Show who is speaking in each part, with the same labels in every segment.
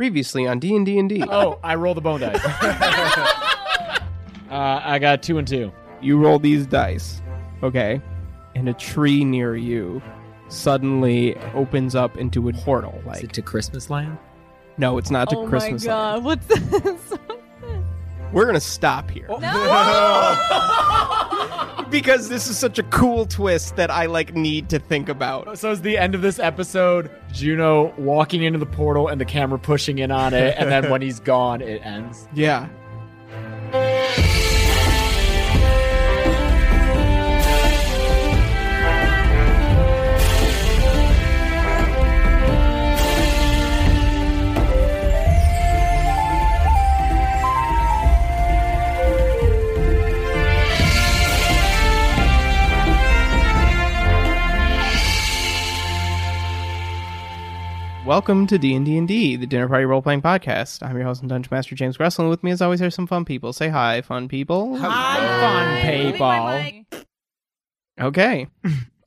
Speaker 1: Previously on D and D and D.
Speaker 2: Oh, I roll the bone dice. uh, I got two and two.
Speaker 1: You roll these dice, okay, and a tree near you suddenly opens up into a portal.
Speaker 3: Is it
Speaker 1: Like,
Speaker 3: to Christmas land?
Speaker 1: no, it's not to
Speaker 4: oh
Speaker 1: Christmas.
Speaker 4: my god,
Speaker 1: Land.
Speaker 4: what's this?
Speaker 1: We're gonna stop here. because this is such a cool twist that I like need to think about.
Speaker 2: So is the end of this episode Juno walking into the portal and the camera pushing in on it, and then when he's gone, it ends.
Speaker 1: Yeah. Welcome to D and D and D, the Dinner Party Role Playing Podcast. I'm your host and Dungeon Master James Gressel, and with me, as always, are some fun people. Say hi, fun people.
Speaker 2: Hi, fun people.
Speaker 1: Okay.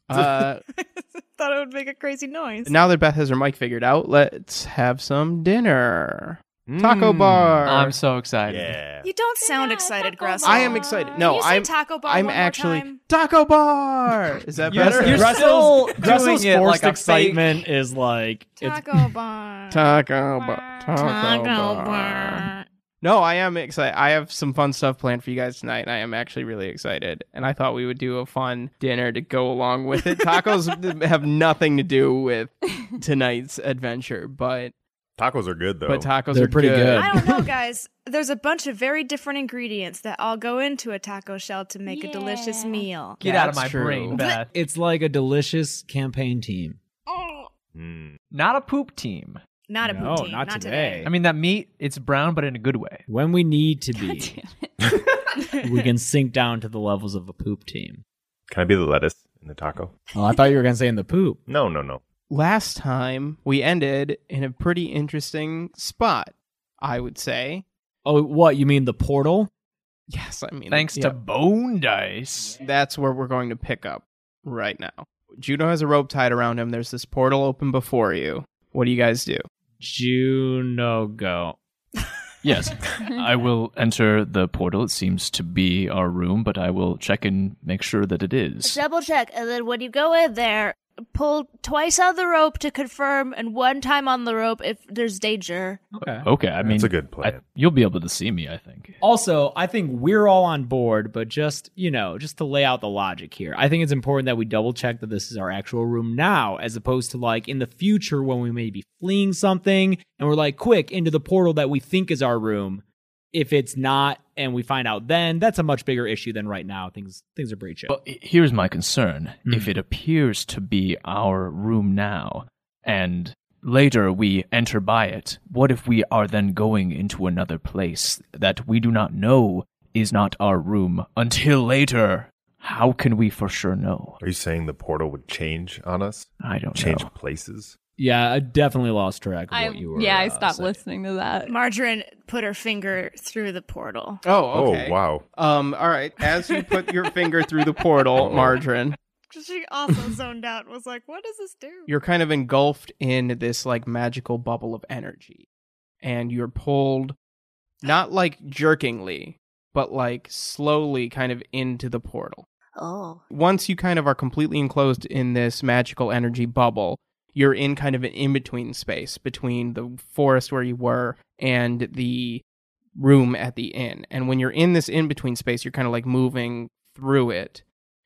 Speaker 1: uh,
Speaker 4: Thought it would make a crazy noise.
Speaker 1: now that Beth has her mic figured out, let's have some dinner.
Speaker 5: Mm.
Speaker 1: Taco bar.
Speaker 5: I'm so excited.
Speaker 6: You don't sound
Speaker 4: Yeah,
Speaker 6: excited,
Speaker 4: Taco
Speaker 6: Grasso.
Speaker 4: Bell.
Speaker 1: I am excited. No,
Speaker 6: Can you say
Speaker 1: I'm.
Speaker 6: Taco Bell
Speaker 1: I'm
Speaker 6: one more
Speaker 1: actually
Speaker 6: time?
Speaker 1: taco bar. Is that
Speaker 2: You're-
Speaker 1: better?
Speaker 2: you're
Speaker 5: Grussel's-
Speaker 2: still
Speaker 5: Grussel's
Speaker 2: Grussel's
Speaker 5: doing it
Speaker 2: forced
Speaker 5: like a
Speaker 2: excitement is like it's,
Speaker 6: Taco Bar.
Speaker 1: Taco bar. Taco, bar. No, I am excited. I have some fun stuff planned for you guys tonight, and I am actually really excited. And I thought we would do a fun dinner to go along with it. Tacos have nothing to do with tonight's adventure, but
Speaker 7: Tacos are good though.
Speaker 1: but tacos
Speaker 2: They're
Speaker 1: are
Speaker 2: pretty good.
Speaker 6: I don't know, guys. There's a bunch of very different ingredients that all go into a taco shell to make a delicious
Speaker 4: Yeah.
Speaker 6: meal.
Speaker 5: Get out of
Speaker 1: That's
Speaker 5: my
Speaker 1: true.
Speaker 5: brain, Beth.
Speaker 3: It's like a delicious campaign team.
Speaker 7: Mm.
Speaker 5: Not a poop team.
Speaker 6: Not a
Speaker 2: No,
Speaker 6: poutine.
Speaker 2: not today.
Speaker 6: today.
Speaker 5: I mean, that meat, it's brown, but in a good way.
Speaker 3: When we need to
Speaker 4: God
Speaker 3: be,
Speaker 4: damn it.
Speaker 3: we can sink down to the levels of a poop team.
Speaker 7: Can I be the lettuce in the taco?
Speaker 3: Oh, I thought you were gonna say in the poop.
Speaker 7: No, no, no.
Speaker 1: Last time we ended in a pretty interesting spot, I would say.
Speaker 3: Oh, what you mean the portal?
Speaker 1: Yes, I mean
Speaker 5: Thanks to Bone Dice.
Speaker 1: that's where we're going to pick up right now. Juno has a rope tied around him. There's this portal open before you. What do you guys do?
Speaker 3: Juno go.
Speaker 5: Yes. I will enter the portal. It seems to be our room, but I will check and make sure that it is.
Speaker 6: Double check, and then when you go in there, pull twice on the rope to confirm, and one time on the rope if there's danger.
Speaker 3: Okay.
Speaker 5: Okay, I mean,
Speaker 7: That's a good plan.
Speaker 5: I- you'll be able to see me, I think.
Speaker 3: Also, I think we're all on board, but just, you know, just to lay out the logic here, I think it's important that we double check that this is our actual room now, as opposed to like in the future when we may be fleeing something and we're like quick into the portal that we think is our room. If it's not and we find out then, that's a much bigger issue than right now. Things things are pretty chill.
Speaker 5: But h- here's my concern.
Speaker 3: Hmm.
Speaker 5: If it appears to be our room now, and later we enter by it, what if we are then going into another place that we do not know is not our room until later? How can we for sure know?
Speaker 7: Are you saying the portal would change on us?
Speaker 5: I don't
Speaker 7: Change
Speaker 5: know.
Speaker 7: places?
Speaker 3: yeah, I definitely lost track of
Speaker 4: I,
Speaker 3: what you were.
Speaker 4: yeah, I
Speaker 3: uh,
Speaker 4: stopped
Speaker 3: saying.
Speaker 4: listening to that.
Speaker 6: Margarine put her finger through the portal.
Speaker 1: Oh, okay.
Speaker 7: Oh wow.
Speaker 1: Um, all right. As you put your finger through the portal,
Speaker 7: Uh-oh.
Speaker 1: Margarine,
Speaker 6: She also zoned out and was like, what does this do?
Speaker 1: you're kind of engulfed in this like magical bubble of energy. And you're pulled not like jerkingly, but like slowly kind of into the portal.
Speaker 6: oh.
Speaker 1: Once you kind of are completely enclosed in this magical energy bubble, you're in kind of an in between space between the forest where you were and the room at the inn. And when you're in this in between space, you're kind of like moving through it.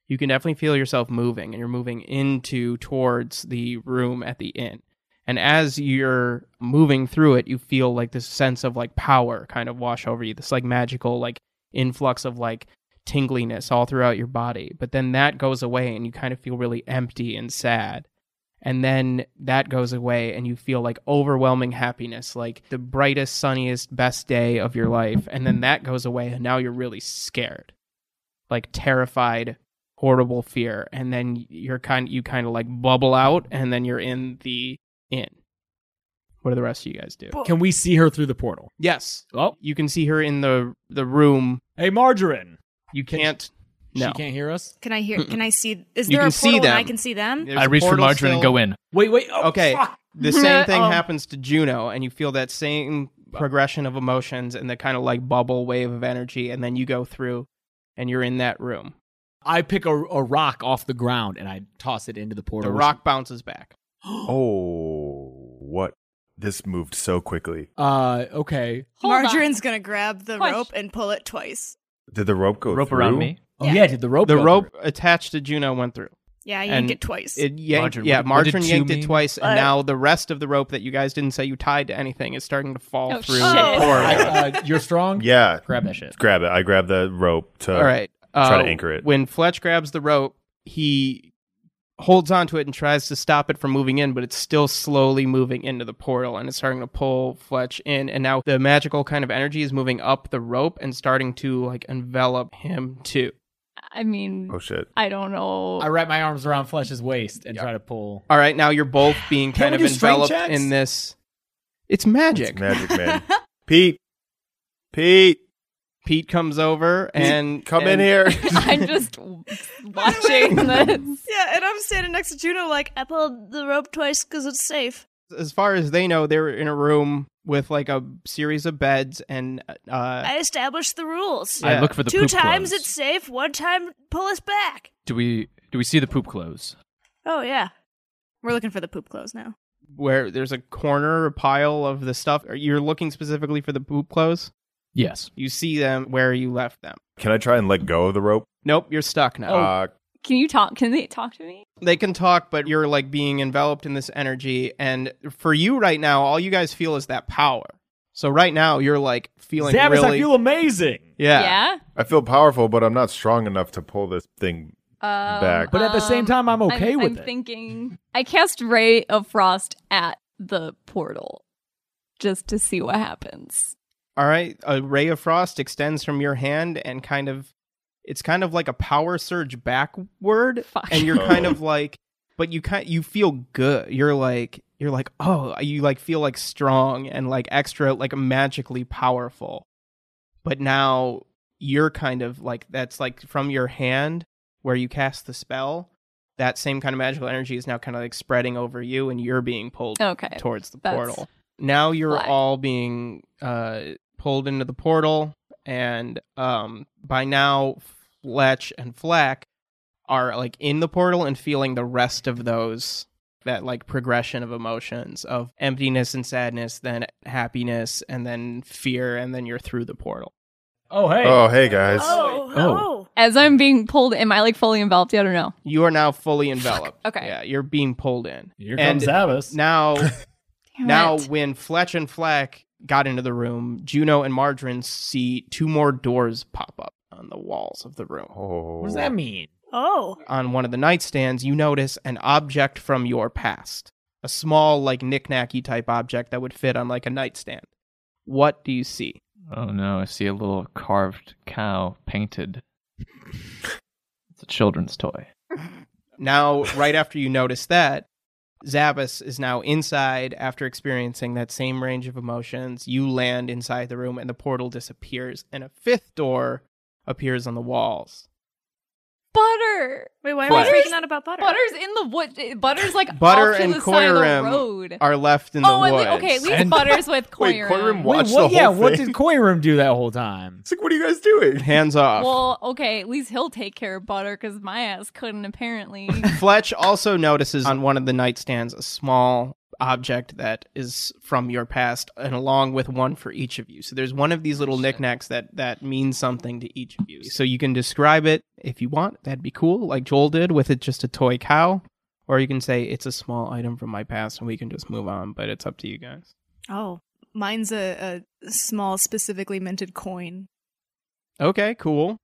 Speaker 1: You can definitely feel yourself moving and you're moving into towards the room at the inn. And as you're moving through it, you feel like this sense of like power kind of wash over you, this like magical like influx of like tingliness all throughout your body. But then that goes away and you kind of feel really empty and sad. And then that goes away and you feel like overwhelming happiness, like the brightest, sunniest, best day of your life. And then that goes away and now you're really scared. Like terrified, horrible fear. And then you're kind you kind of like bubble out and then you're in the inn. What do the rest of you guys do?
Speaker 3: Can we see her through the portal?
Speaker 1: Yes.
Speaker 3: Oh,
Speaker 1: You can see her in the the room.
Speaker 3: hey, Margarine.
Speaker 1: You can't no.
Speaker 3: She can't hear us.
Speaker 6: Can I hear? Can I see? Is
Speaker 1: You
Speaker 6: there
Speaker 1: can
Speaker 6: a
Speaker 1: see
Speaker 6: portal and I
Speaker 1: them.
Speaker 6: can see them?
Speaker 1: There's
Speaker 5: I
Speaker 1: a
Speaker 5: reach for
Speaker 1: portal
Speaker 5: margarine and
Speaker 1: still-
Speaker 5: go in.
Speaker 3: Wait, wait. Oh,
Speaker 1: Okay.
Speaker 3: fuck.
Speaker 1: Mm-hmm. the same thing
Speaker 6: Oh.
Speaker 1: happens to Juno, and you feel that same progression of emotions and the kind of like bubble wave of energy, and then you go through, and you're in that room.
Speaker 3: I pick a, a rock off the ground and I toss it into the portal.
Speaker 1: The rock bounces back.
Speaker 7: Oh, what? This moved so quickly.
Speaker 2: Uh, okay.
Speaker 8: Hold on.
Speaker 4: Margarine's gonna grab the
Speaker 8: Question.
Speaker 4: rope and pull it twice.
Speaker 7: Did the rope go
Speaker 5: Rope
Speaker 7: through?
Speaker 5: around me.
Speaker 2: Oh yeah, did the rope?
Speaker 1: The
Speaker 2: go
Speaker 1: rope
Speaker 2: through?
Speaker 1: attached to Juno went through.
Speaker 4: Yeah, you
Speaker 1: And
Speaker 4: get twice.
Speaker 1: It yanked,
Speaker 5: Margarine,
Speaker 1: yeah,
Speaker 5: what- what did
Speaker 1: Margarine
Speaker 5: you
Speaker 1: yanked
Speaker 5: mean?
Speaker 1: it twice, and
Speaker 4: Uh,
Speaker 1: now the rest of the rope that you guys didn't say you tied to anything is starting to fall
Speaker 8: Oh,
Speaker 1: through
Speaker 8: shit.
Speaker 1: the
Speaker 2: I,
Speaker 1: corridor.
Speaker 2: uh, you're strong.
Speaker 7: Yeah,
Speaker 3: Grab that shit.
Speaker 7: grab it. I grab the rope to.
Speaker 1: All right. uh,
Speaker 7: Try to anchor it.
Speaker 1: When Fletch grabs the rope, he holds onto it and tries to stop it from moving in, but it's still slowly moving into the portal and it's starting to pull Fletch in. And now the magical kind of energy is moving up the rope and starting to like envelop him too.
Speaker 8: I mean,
Speaker 7: Oh shit.
Speaker 8: I don't know.
Speaker 3: I wrap my arms around Flesh's waist and
Speaker 1: Yeah.
Speaker 3: try to pull.
Speaker 1: All right. Now you're both being
Speaker 2: Can
Speaker 1: kind
Speaker 2: we
Speaker 1: of
Speaker 2: do strength
Speaker 1: enveloped
Speaker 2: checks?
Speaker 1: in this. It's magic.
Speaker 7: It's magic, man. Pete. Pete.
Speaker 1: Pete comes over and
Speaker 7: Come
Speaker 1: and-
Speaker 7: in here.
Speaker 8: I'm just watching this.
Speaker 4: yeah, and I'm standing next to Juno, like,
Speaker 6: I pulled the rope twice because it's safe.
Speaker 1: As far as they know, they're in a room with like a series of beds and uh,
Speaker 6: I established the rules.
Speaker 1: Yeah.
Speaker 5: I look for the
Speaker 6: Two
Speaker 5: poop
Speaker 6: times
Speaker 5: clothes.
Speaker 6: it's safe. One time, pull us back.
Speaker 5: Do we do we see the poop clothes?
Speaker 6: Oh yeah.
Speaker 4: we're looking for the poop clothes now.
Speaker 1: where there's a corner, a pile of the stuff. You're looking specifically for the poop clothes.
Speaker 5: Yes.
Speaker 1: You see them where you left them.
Speaker 7: Can I try and let go of the rope?
Speaker 1: Nope, you're stuck now.
Speaker 7: Uh,
Speaker 8: Can you talk? Can they talk to me?
Speaker 1: They can talk, but you're like being enveloped in this energy. And for you right now, all you guys feel is that power. So right now, you're like feeling
Speaker 2: Zavis,
Speaker 1: really.
Speaker 2: I feel amazing.
Speaker 1: yeah.
Speaker 8: yeah?
Speaker 7: I feel powerful, but I'm not strong enough to pull this thing.
Speaker 8: Um,
Speaker 7: Back.
Speaker 2: But at the same
Speaker 8: um,
Speaker 2: time, I'm okay
Speaker 8: I'm,
Speaker 2: with
Speaker 8: I'm
Speaker 2: it.
Speaker 8: thinking I cast Ray of Frost at the portal just to see what happens.
Speaker 1: All right. A ray of frost extends from your hand and kind of. It's kind of like a power surge backward,
Speaker 8: Fuck.
Speaker 1: and you're kind
Speaker 7: Oh.
Speaker 1: of like, but you kind you feel good. You're like you're like oh you like feel like strong and like extra like magically powerful, but now you're kind of like that's like from your hand where you cast the spell. That same kind of magical energy is now kind of like spreading over you, and you're being pulled
Speaker 8: Okay.
Speaker 1: towards the
Speaker 8: that's
Speaker 1: portal. Now you're
Speaker 8: black.
Speaker 1: all being uh, pulled into the portal, and um, by now Fletch and Flack are like in the portal and feeling the rest of those that like progression of emotions of emptiness and sadness, then happiness, and then fear, and then you're through the portal.
Speaker 3: Oh hey.
Speaker 7: Oh, hey guys.
Speaker 6: Oh,
Speaker 5: Oh.
Speaker 6: oh.
Speaker 8: As I'm being pulled, am I like fully enveloped yet or no?
Speaker 1: You are now fully enveloped.
Speaker 8: Okay.
Speaker 1: yeah, you're being pulled in.
Speaker 2: Here
Speaker 1: And
Speaker 2: comes Zavis.
Speaker 1: Now
Speaker 8: Damn
Speaker 1: Now,
Speaker 8: it.
Speaker 1: when Fletch and Flack got into the room, Juno and Margarine see two more doors pop up on the walls of the room.
Speaker 7: Oh.
Speaker 2: what does that mean?
Speaker 6: Oh.
Speaker 1: On one of the nightstands, you notice an object from your past. A small, like, knickknacky type object that would fit on, like, a nightstand. What do you see?
Speaker 5: Oh no, I see a little carved cow painted. it's a children's toy.
Speaker 1: Now, right after you notice that, Zabbis is now inside after experiencing that same range of emotions. You land inside the room and the portal disappears, and a fifth door appears on the walls.
Speaker 8: butter.
Speaker 4: Wait, why
Speaker 1: Butter.
Speaker 4: are we freaking out about butter?
Speaker 8: Butter's in the wood. eh, Butter's like
Speaker 1: Butter
Speaker 8: off to
Speaker 1: and
Speaker 8: the side of
Speaker 1: Koiram
Speaker 8: the road.
Speaker 1: are left in the
Speaker 8: oh, and
Speaker 1: woods.
Speaker 8: le- okay, at least
Speaker 5: And-
Speaker 8: Butter's with
Speaker 7: Wait,
Speaker 8: Koiram.
Speaker 7: Koiram
Speaker 2: Wait,
Speaker 7: watched
Speaker 2: what?
Speaker 7: the whole
Speaker 2: yeah, what
Speaker 7: thing.
Speaker 2: did Koi Room do that whole time?
Speaker 7: It's like, what are you guys doing?
Speaker 1: Hands off.
Speaker 8: Well, okay, at least he'll take care of Butter because my ass couldn't apparently.
Speaker 1: Fletch also notices on one of the nightstands a small object that is from your past, and along with one for each of you. So there's one of these little knickknacks that that means something to each of you. So you can describe it if you want. That'd be cool, like Joel did with it just a toy cow. Or you can say it's a small item from my past, and we can just move on. But it's up to you guys.
Speaker 4: Oh, mine's a, a small, specifically minted coin.
Speaker 1: Okay, cool.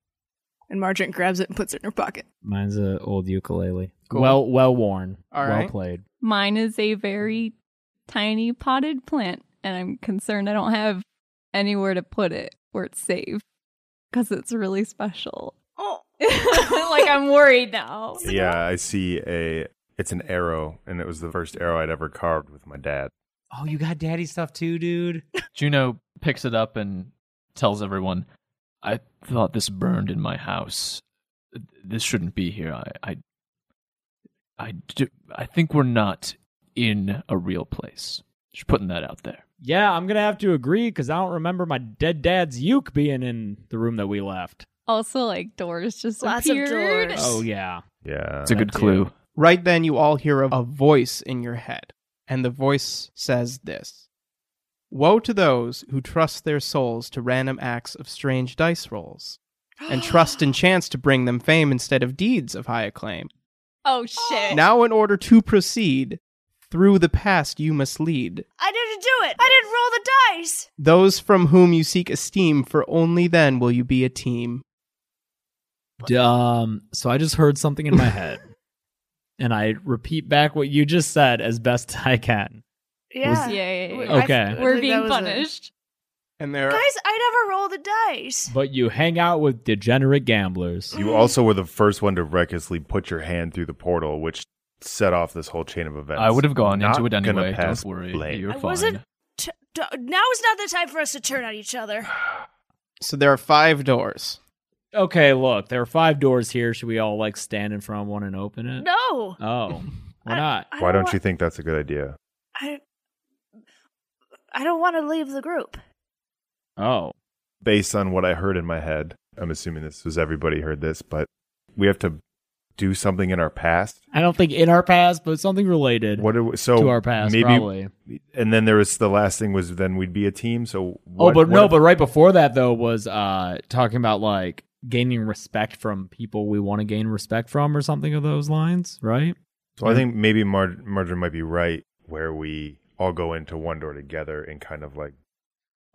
Speaker 4: And Margarine grabs it and puts it in her pocket.
Speaker 3: Mine's an old ukulele.
Speaker 1: Cool.
Speaker 3: Well, well worn.
Speaker 1: All
Speaker 2: well
Speaker 1: right.
Speaker 2: played.
Speaker 8: Mine is a very tiny potted plant, and I'm concerned I don't have anywhere to put it where it's safe because it's really special.
Speaker 4: Oh,
Speaker 8: like I'm worried now.
Speaker 7: Yeah, I see a. It's an arrow, and it was the first arrow I'd ever carved with my dad.
Speaker 3: Oh, you got daddy stuff too, dude.
Speaker 5: Juno picks it up and tells everyone, I thought this burned in my house. This shouldn't be here. I I I, do, I think we're not in a real place. Just putting that out there.
Speaker 3: Yeah, I'm gonna have to agree because I don't remember my dead dad's uke being in the room that we left.
Speaker 8: Also, like doors just
Speaker 6: Lots of
Speaker 8: appeared.
Speaker 6: doors.
Speaker 3: Oh yeah,
Speaker 7: Yeah.
Speaker 5: It's a good
Speaker 3: too.
Speaker 5: clue.
Speaker 1: Right then, you all hear a, a voice in your head, and the voice says this Woe to those who trust their souls to random acts of strange dice rolls, and trust in chance to bring them fame instead of deeds of high acclaim.
Speaker 8: Oh shit!
Speaker 1: Now, in order to proceed, through the past you must lead.
Speaker 6: I didn't do it. I didn't roll the dice.
Speaker 1: Those from whom you seek esteem, for only then will you be a team.
Speaker 3: Um, so I just heard something in my head, and I repeat back what you just said as best I can.
Speaker 8: Yeah,
Speaker 6: Yeah.
Speaker 8: yeah, yeah.
Speaker 6: Wait,
Speaker 8: yeah.
Speaker 6: I-
Speaker 3: Okay.
Speaker 6: I
Speaker 8: We're
Speaker 6: think that
Speaker 8: being
Speaker 6: was a-
Speaker 8: punished.
Speaker 1: And there,
Speaker 6: Guys, I never roll the dice.
Speaker 3: But you hang out with degenerate gamblers.
Speaker 7: You also were the first one to recklessly put your hand through the portal, which set off this whole chain of events.
Speaker 5: I would have gone
Speaker 7: Not
Speaker 5: into it
Speaker 7: gonna
Speaker 5: anyway.
Speaker 7: pass
Speaker 5: Don't worry.
Speaker 7: blame.
Speaker 5: You're
Speaker 6: I
Speaker 5: fine.
Speaker 6: wasn't- T- d- now is not the time for us to turn on each other.
Speaker 1: so there are five doors.
Speaker 3: Okay, look, there are five doors here. Should we all like stand in front of one and open it?
Speaker 6: No.
Speaker 3: Oh, why
Speaker 6: I-
Speaker 3: not?
Speaker 6: I
Speaker 7: Why don't
Speaker 6: wa-
Speaker 7: you think that's a good idea?
Speaker 6: I, I don't want to leave the group.
Speaker 3: Oh,
Speaker 7: Based on what I heard in my head, I'm assuming this was everybody heard this, but we have to do something in our past.
Speaker 3: I don't think in our past, but something related
Speaker 7: What are we, so
Speaker 3: to our past,
Speaker 7: maybe
Speaker 3: probably.
Speaker 7: and then there was the last thing was then we'd be a team. So
Speaker 3: Oh,
Speaker 7: what-
Speaker 3: but
Speaker 7: what
Speaker 3: no,
Speaker 7: if-
Speaker 3: but right before that though was uh talking about like gaining respect from people we want to gain respect from or something of those lines, right?
Speaker 7: so I think maybe Mar- Marjorie might be right where we all go into one door together and kind of like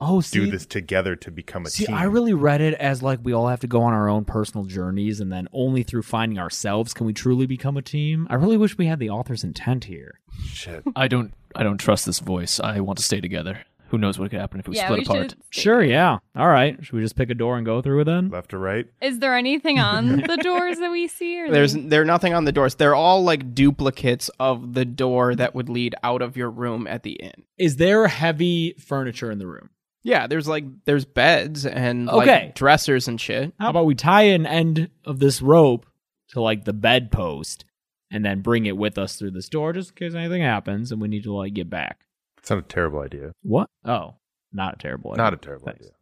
Speaker 3: Oh, see,
Speaker 7: do this together to become a
Speaker 3: see,
Speaker 7: team.
Speaker 3: I really read it as like we all have to go on our own personal journeys, and then only through finding ourselves can we truly become a team. I really wish we had the author's intent here.
Speaker 7: shit.
Speaker 5: I don't. I don't trust this voice. I want to stay together. Who knows what could happen if we
Speaker 8: yeah,
Speaker 5: split
Speaker 8: we
Speaker 5: apart?
Speaker 8: should.
Speaker 3: Sure, yeah, all right. Should we just pick a door and go through it then?
Speaker 7: Left or right?
Speaker 8: Is there anything on the doors that we see? Or
Speaker 1: There's
Speaker 8: they-
Speaker 1: there are nothing on the doors. They're all like duplicates of the door that would lead out of your room at the inn.
Speaker 3: Is there heavy furniture in the room?
Speaker 1: Yeah, there's like there's beds and
Speaker 3: Okay.
Speaker 1: like dressers and shit.
Speaker 3: How about we tie an end of this rope to like the bedpost and then bring it with us through this door just in case anything happens and we need to like get back.
Speaker 7: It's not a terrible idea.
Speaker 3: What? Oh, not a terrible idea.
Speaker 7: Not a terrible
Speaker 3: Thanks.
Speaker 7: idea.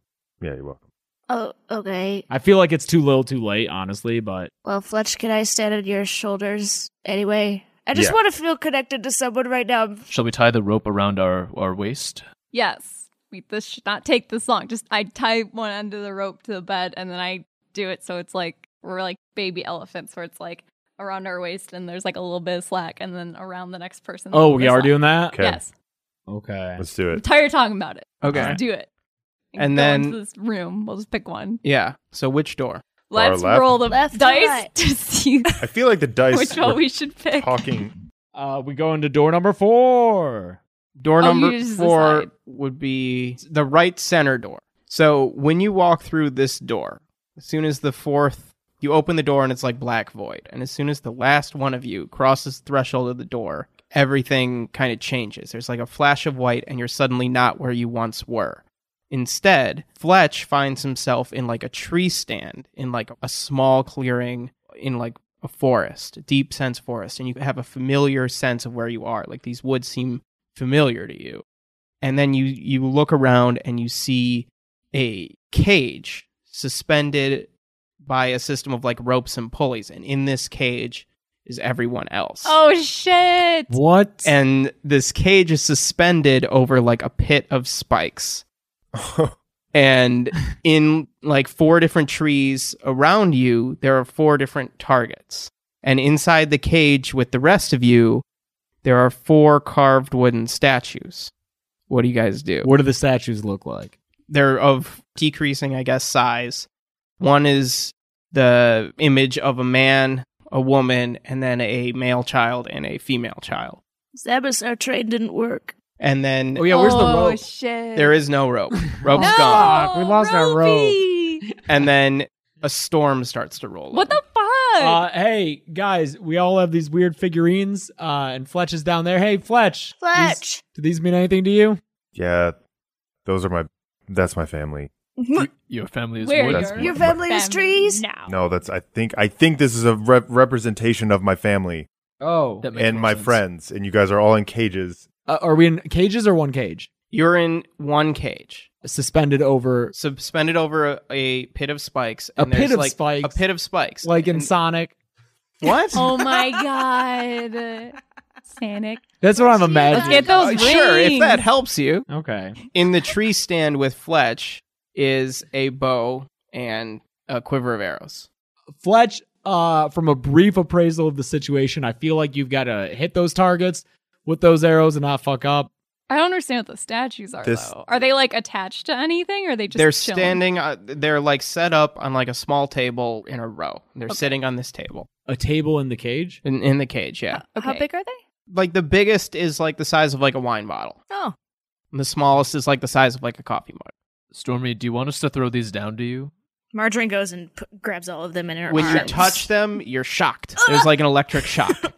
Speaker 7: Yeah, you're welcome.
Speaker 6: Oh, okay.
Speaker 3: I feel like it's too little too late, honestly, but
Speaker 6: Well, Fletch, can I stand on your shoulders anyway? I just
Speaker 7: Yeah.
Speaker 6: want to feel connected to someone right now. I'm-
Speaker 5: Shall we tie the rope around our our waist?
Speaker 8: Yes. We, this should not take this long. Just I tie one end of the rope to the bed and then I do it so it's like we're like baby elephants where it's like around our waist and there's like a little bit of slack and then around the next person. a
Speaker 3: Oh,
Speaker 8: little
Speaker 3: we
Speaker 8: bit of
Speaker 3: are
Speaker 8: slack.
Speaker 3: doing that?
Speaker 7: Okay,
Speaker 8: Yes.
Speaker 3: Okay.
Speaker 7: let's do
Speaker 8: I'm
Speaker 7: it.
Speaker 8: tired of talking about it.
Speaker 1: Okay.
Speaker 8: Let's do it.
Speaker 1: And
Speaker 8: go
Speaker 1: then-
Speaker 8: into this room. We'll just pick one.
Speaker 1: Yeah. So which door?
Speaker 7: Far
Speaker 8: Let's
Speaker 7: left.
Speaker 8: roll the
Speaker 6: Left or
Speaker 8: dice
Speaker 6: right?
Speaker 8: to see
Speaker 7: I feel like the dice.
Speaker 8: which
Speaker 7: were
Speaker 8: one we should pick.
Speaker 7: talking.
Speaker 3: Uh we go into door number 4.
Speaker 1: Door
Speaker 8: Oh, you
Speaker 1: number
Speaker 8: just
Speaker 1: four
Speaker 8: decide.
Speaker 1: would be the right center door. So when you walk through this door, as soon as the fourth, you open the door and it's like black void. And as soon as the last one of you crosses the threshold of the door, everything kind of changes. There's like a flash of white, and you're suddenly not where you once were. Instead, Fletch finds himself in like a tree stand in like a small clearing in like a forest, a deep sense forest, and you have a familiar sense of where you are. Like these woods seem familiar to you. And then you you look around and you see a cage suspended by a system of like ropes and pulleys and in this cage is everyone else.
Speaker 8: Oh shit.
Speaker 3: What?
Speaker 1: And this cage is suspended over like a pit of spikes and in like four different trees around you there are four different targets and inside the cage with the rest of you there are four carved wooden statues what do you guys do
Speaker 3: what do the statues look like?
Speaker 1: they're of decreasing i guess size one is the image of a man a woman and then a male child and a female child
Speaker 6: Zabas, our train didn't work.
Speaker 1: and then
Speaker 3: Oh yeah, where's the
Speaker 8: oh
Speaker 3: rope?
Speaker 8: shit.
Speaker 1: there is no rope
Speaker 3: Oh,
Speaker 8: no,
Speaker 1: rope's gone
Speaker 3: We lost our rope.
Speaker 8: Ropey!
Speaker 1: and then a storm starts to roll
Speaker 8: What
Speaker 1: in.
Speaker 8: the fuck?
Speaker 3: Uh, hey guys, we all have these weird figurines, uh, and Fletch is down there. Hey, Fletch. these-
Speaker 6: Fletch!
Speaker 3: do these mean anything to you?
Speaker 7: Yeah, those are my. That's my family.
Speaker 5: Your family is
Speaker 8: Where
Speaker 5: wood.
Speaker 7: That's
Speaker 8: are
Speaker 7: Your
Speaker 6: family is trees?
Speaker 8: Now.
Speaker 7: No, that's. I think. I think this is a rep- representation of my family.
Speaker 2: Oh,
Speaker 3: That makes
Speaker 7: and
Speaker 3: more
Speaker 7: my
Speaker 3: sense.
Speaker 7: friends, and you guys are all in cages.
Speaker 2: uh, are we in cages or one cage?
Speaker 1: You're in one cage,
Speaker 2: Suspended over
Speaker 1: suspended over a, a pit of spikes.
Speaker 2: A
Speaker 1: And there's
Speaker 2: pit of
Speaker 1: like
Speaker 2: spikes?
Speaker 1: A pit of spikes.
Speaker 2: like in
Speaker 1: And-
Speaker 2: Sonic.
Speaker 1: what?
Speaker 8: Oh my god. Sonic.
Speaker 2: That's what I'm
Speaker 8: Let's
Speaker 2: imagining.
Speaker 8: get those
Speaker 1: Uh,
Speaker 8: rings.
Speaker 1: sure, if that helps you.
Speaker 3: Okay.
Speaker 1: In the tree stand with Fletch is a bow and a quiver of arrows.
Speaker 2: Fletch, uh, from a brief appraisal of the situation, I feel like you've got to hit those targets with those arrows and not fuck up.
Speaker 8: I don't understand what the statues are
Speaker 7: This-
Speaker 8: though. Are they like attached to anything or are they just
Speaker 1: they're
Speaker 8: chilling?
Speaker 1: standing. Uh, they're like set up on like a small table in a row. They're sitting on this table
Speaker 2: A table in the cage.
Speaker 1: in, in the cage. Yeah,
Speaker 8: Okay.
Speaker 4: How big are they?
Speaker 1: like the biggest is like the size of like a wine bottle.
Speaker 4: Oh.
Speaker 1: And the smallest is like the size of like a coffee mug.
Speaker 5: Stormy, do you want us to throw these down to you?
Speaker 6: Margarine goes and p- grabs all of them in her
Speaker 1: When
Speaker 6: arms.
Speaker 1: you touch them, you're shocked. There's like an electric shock.
Speaker 6: Fuck,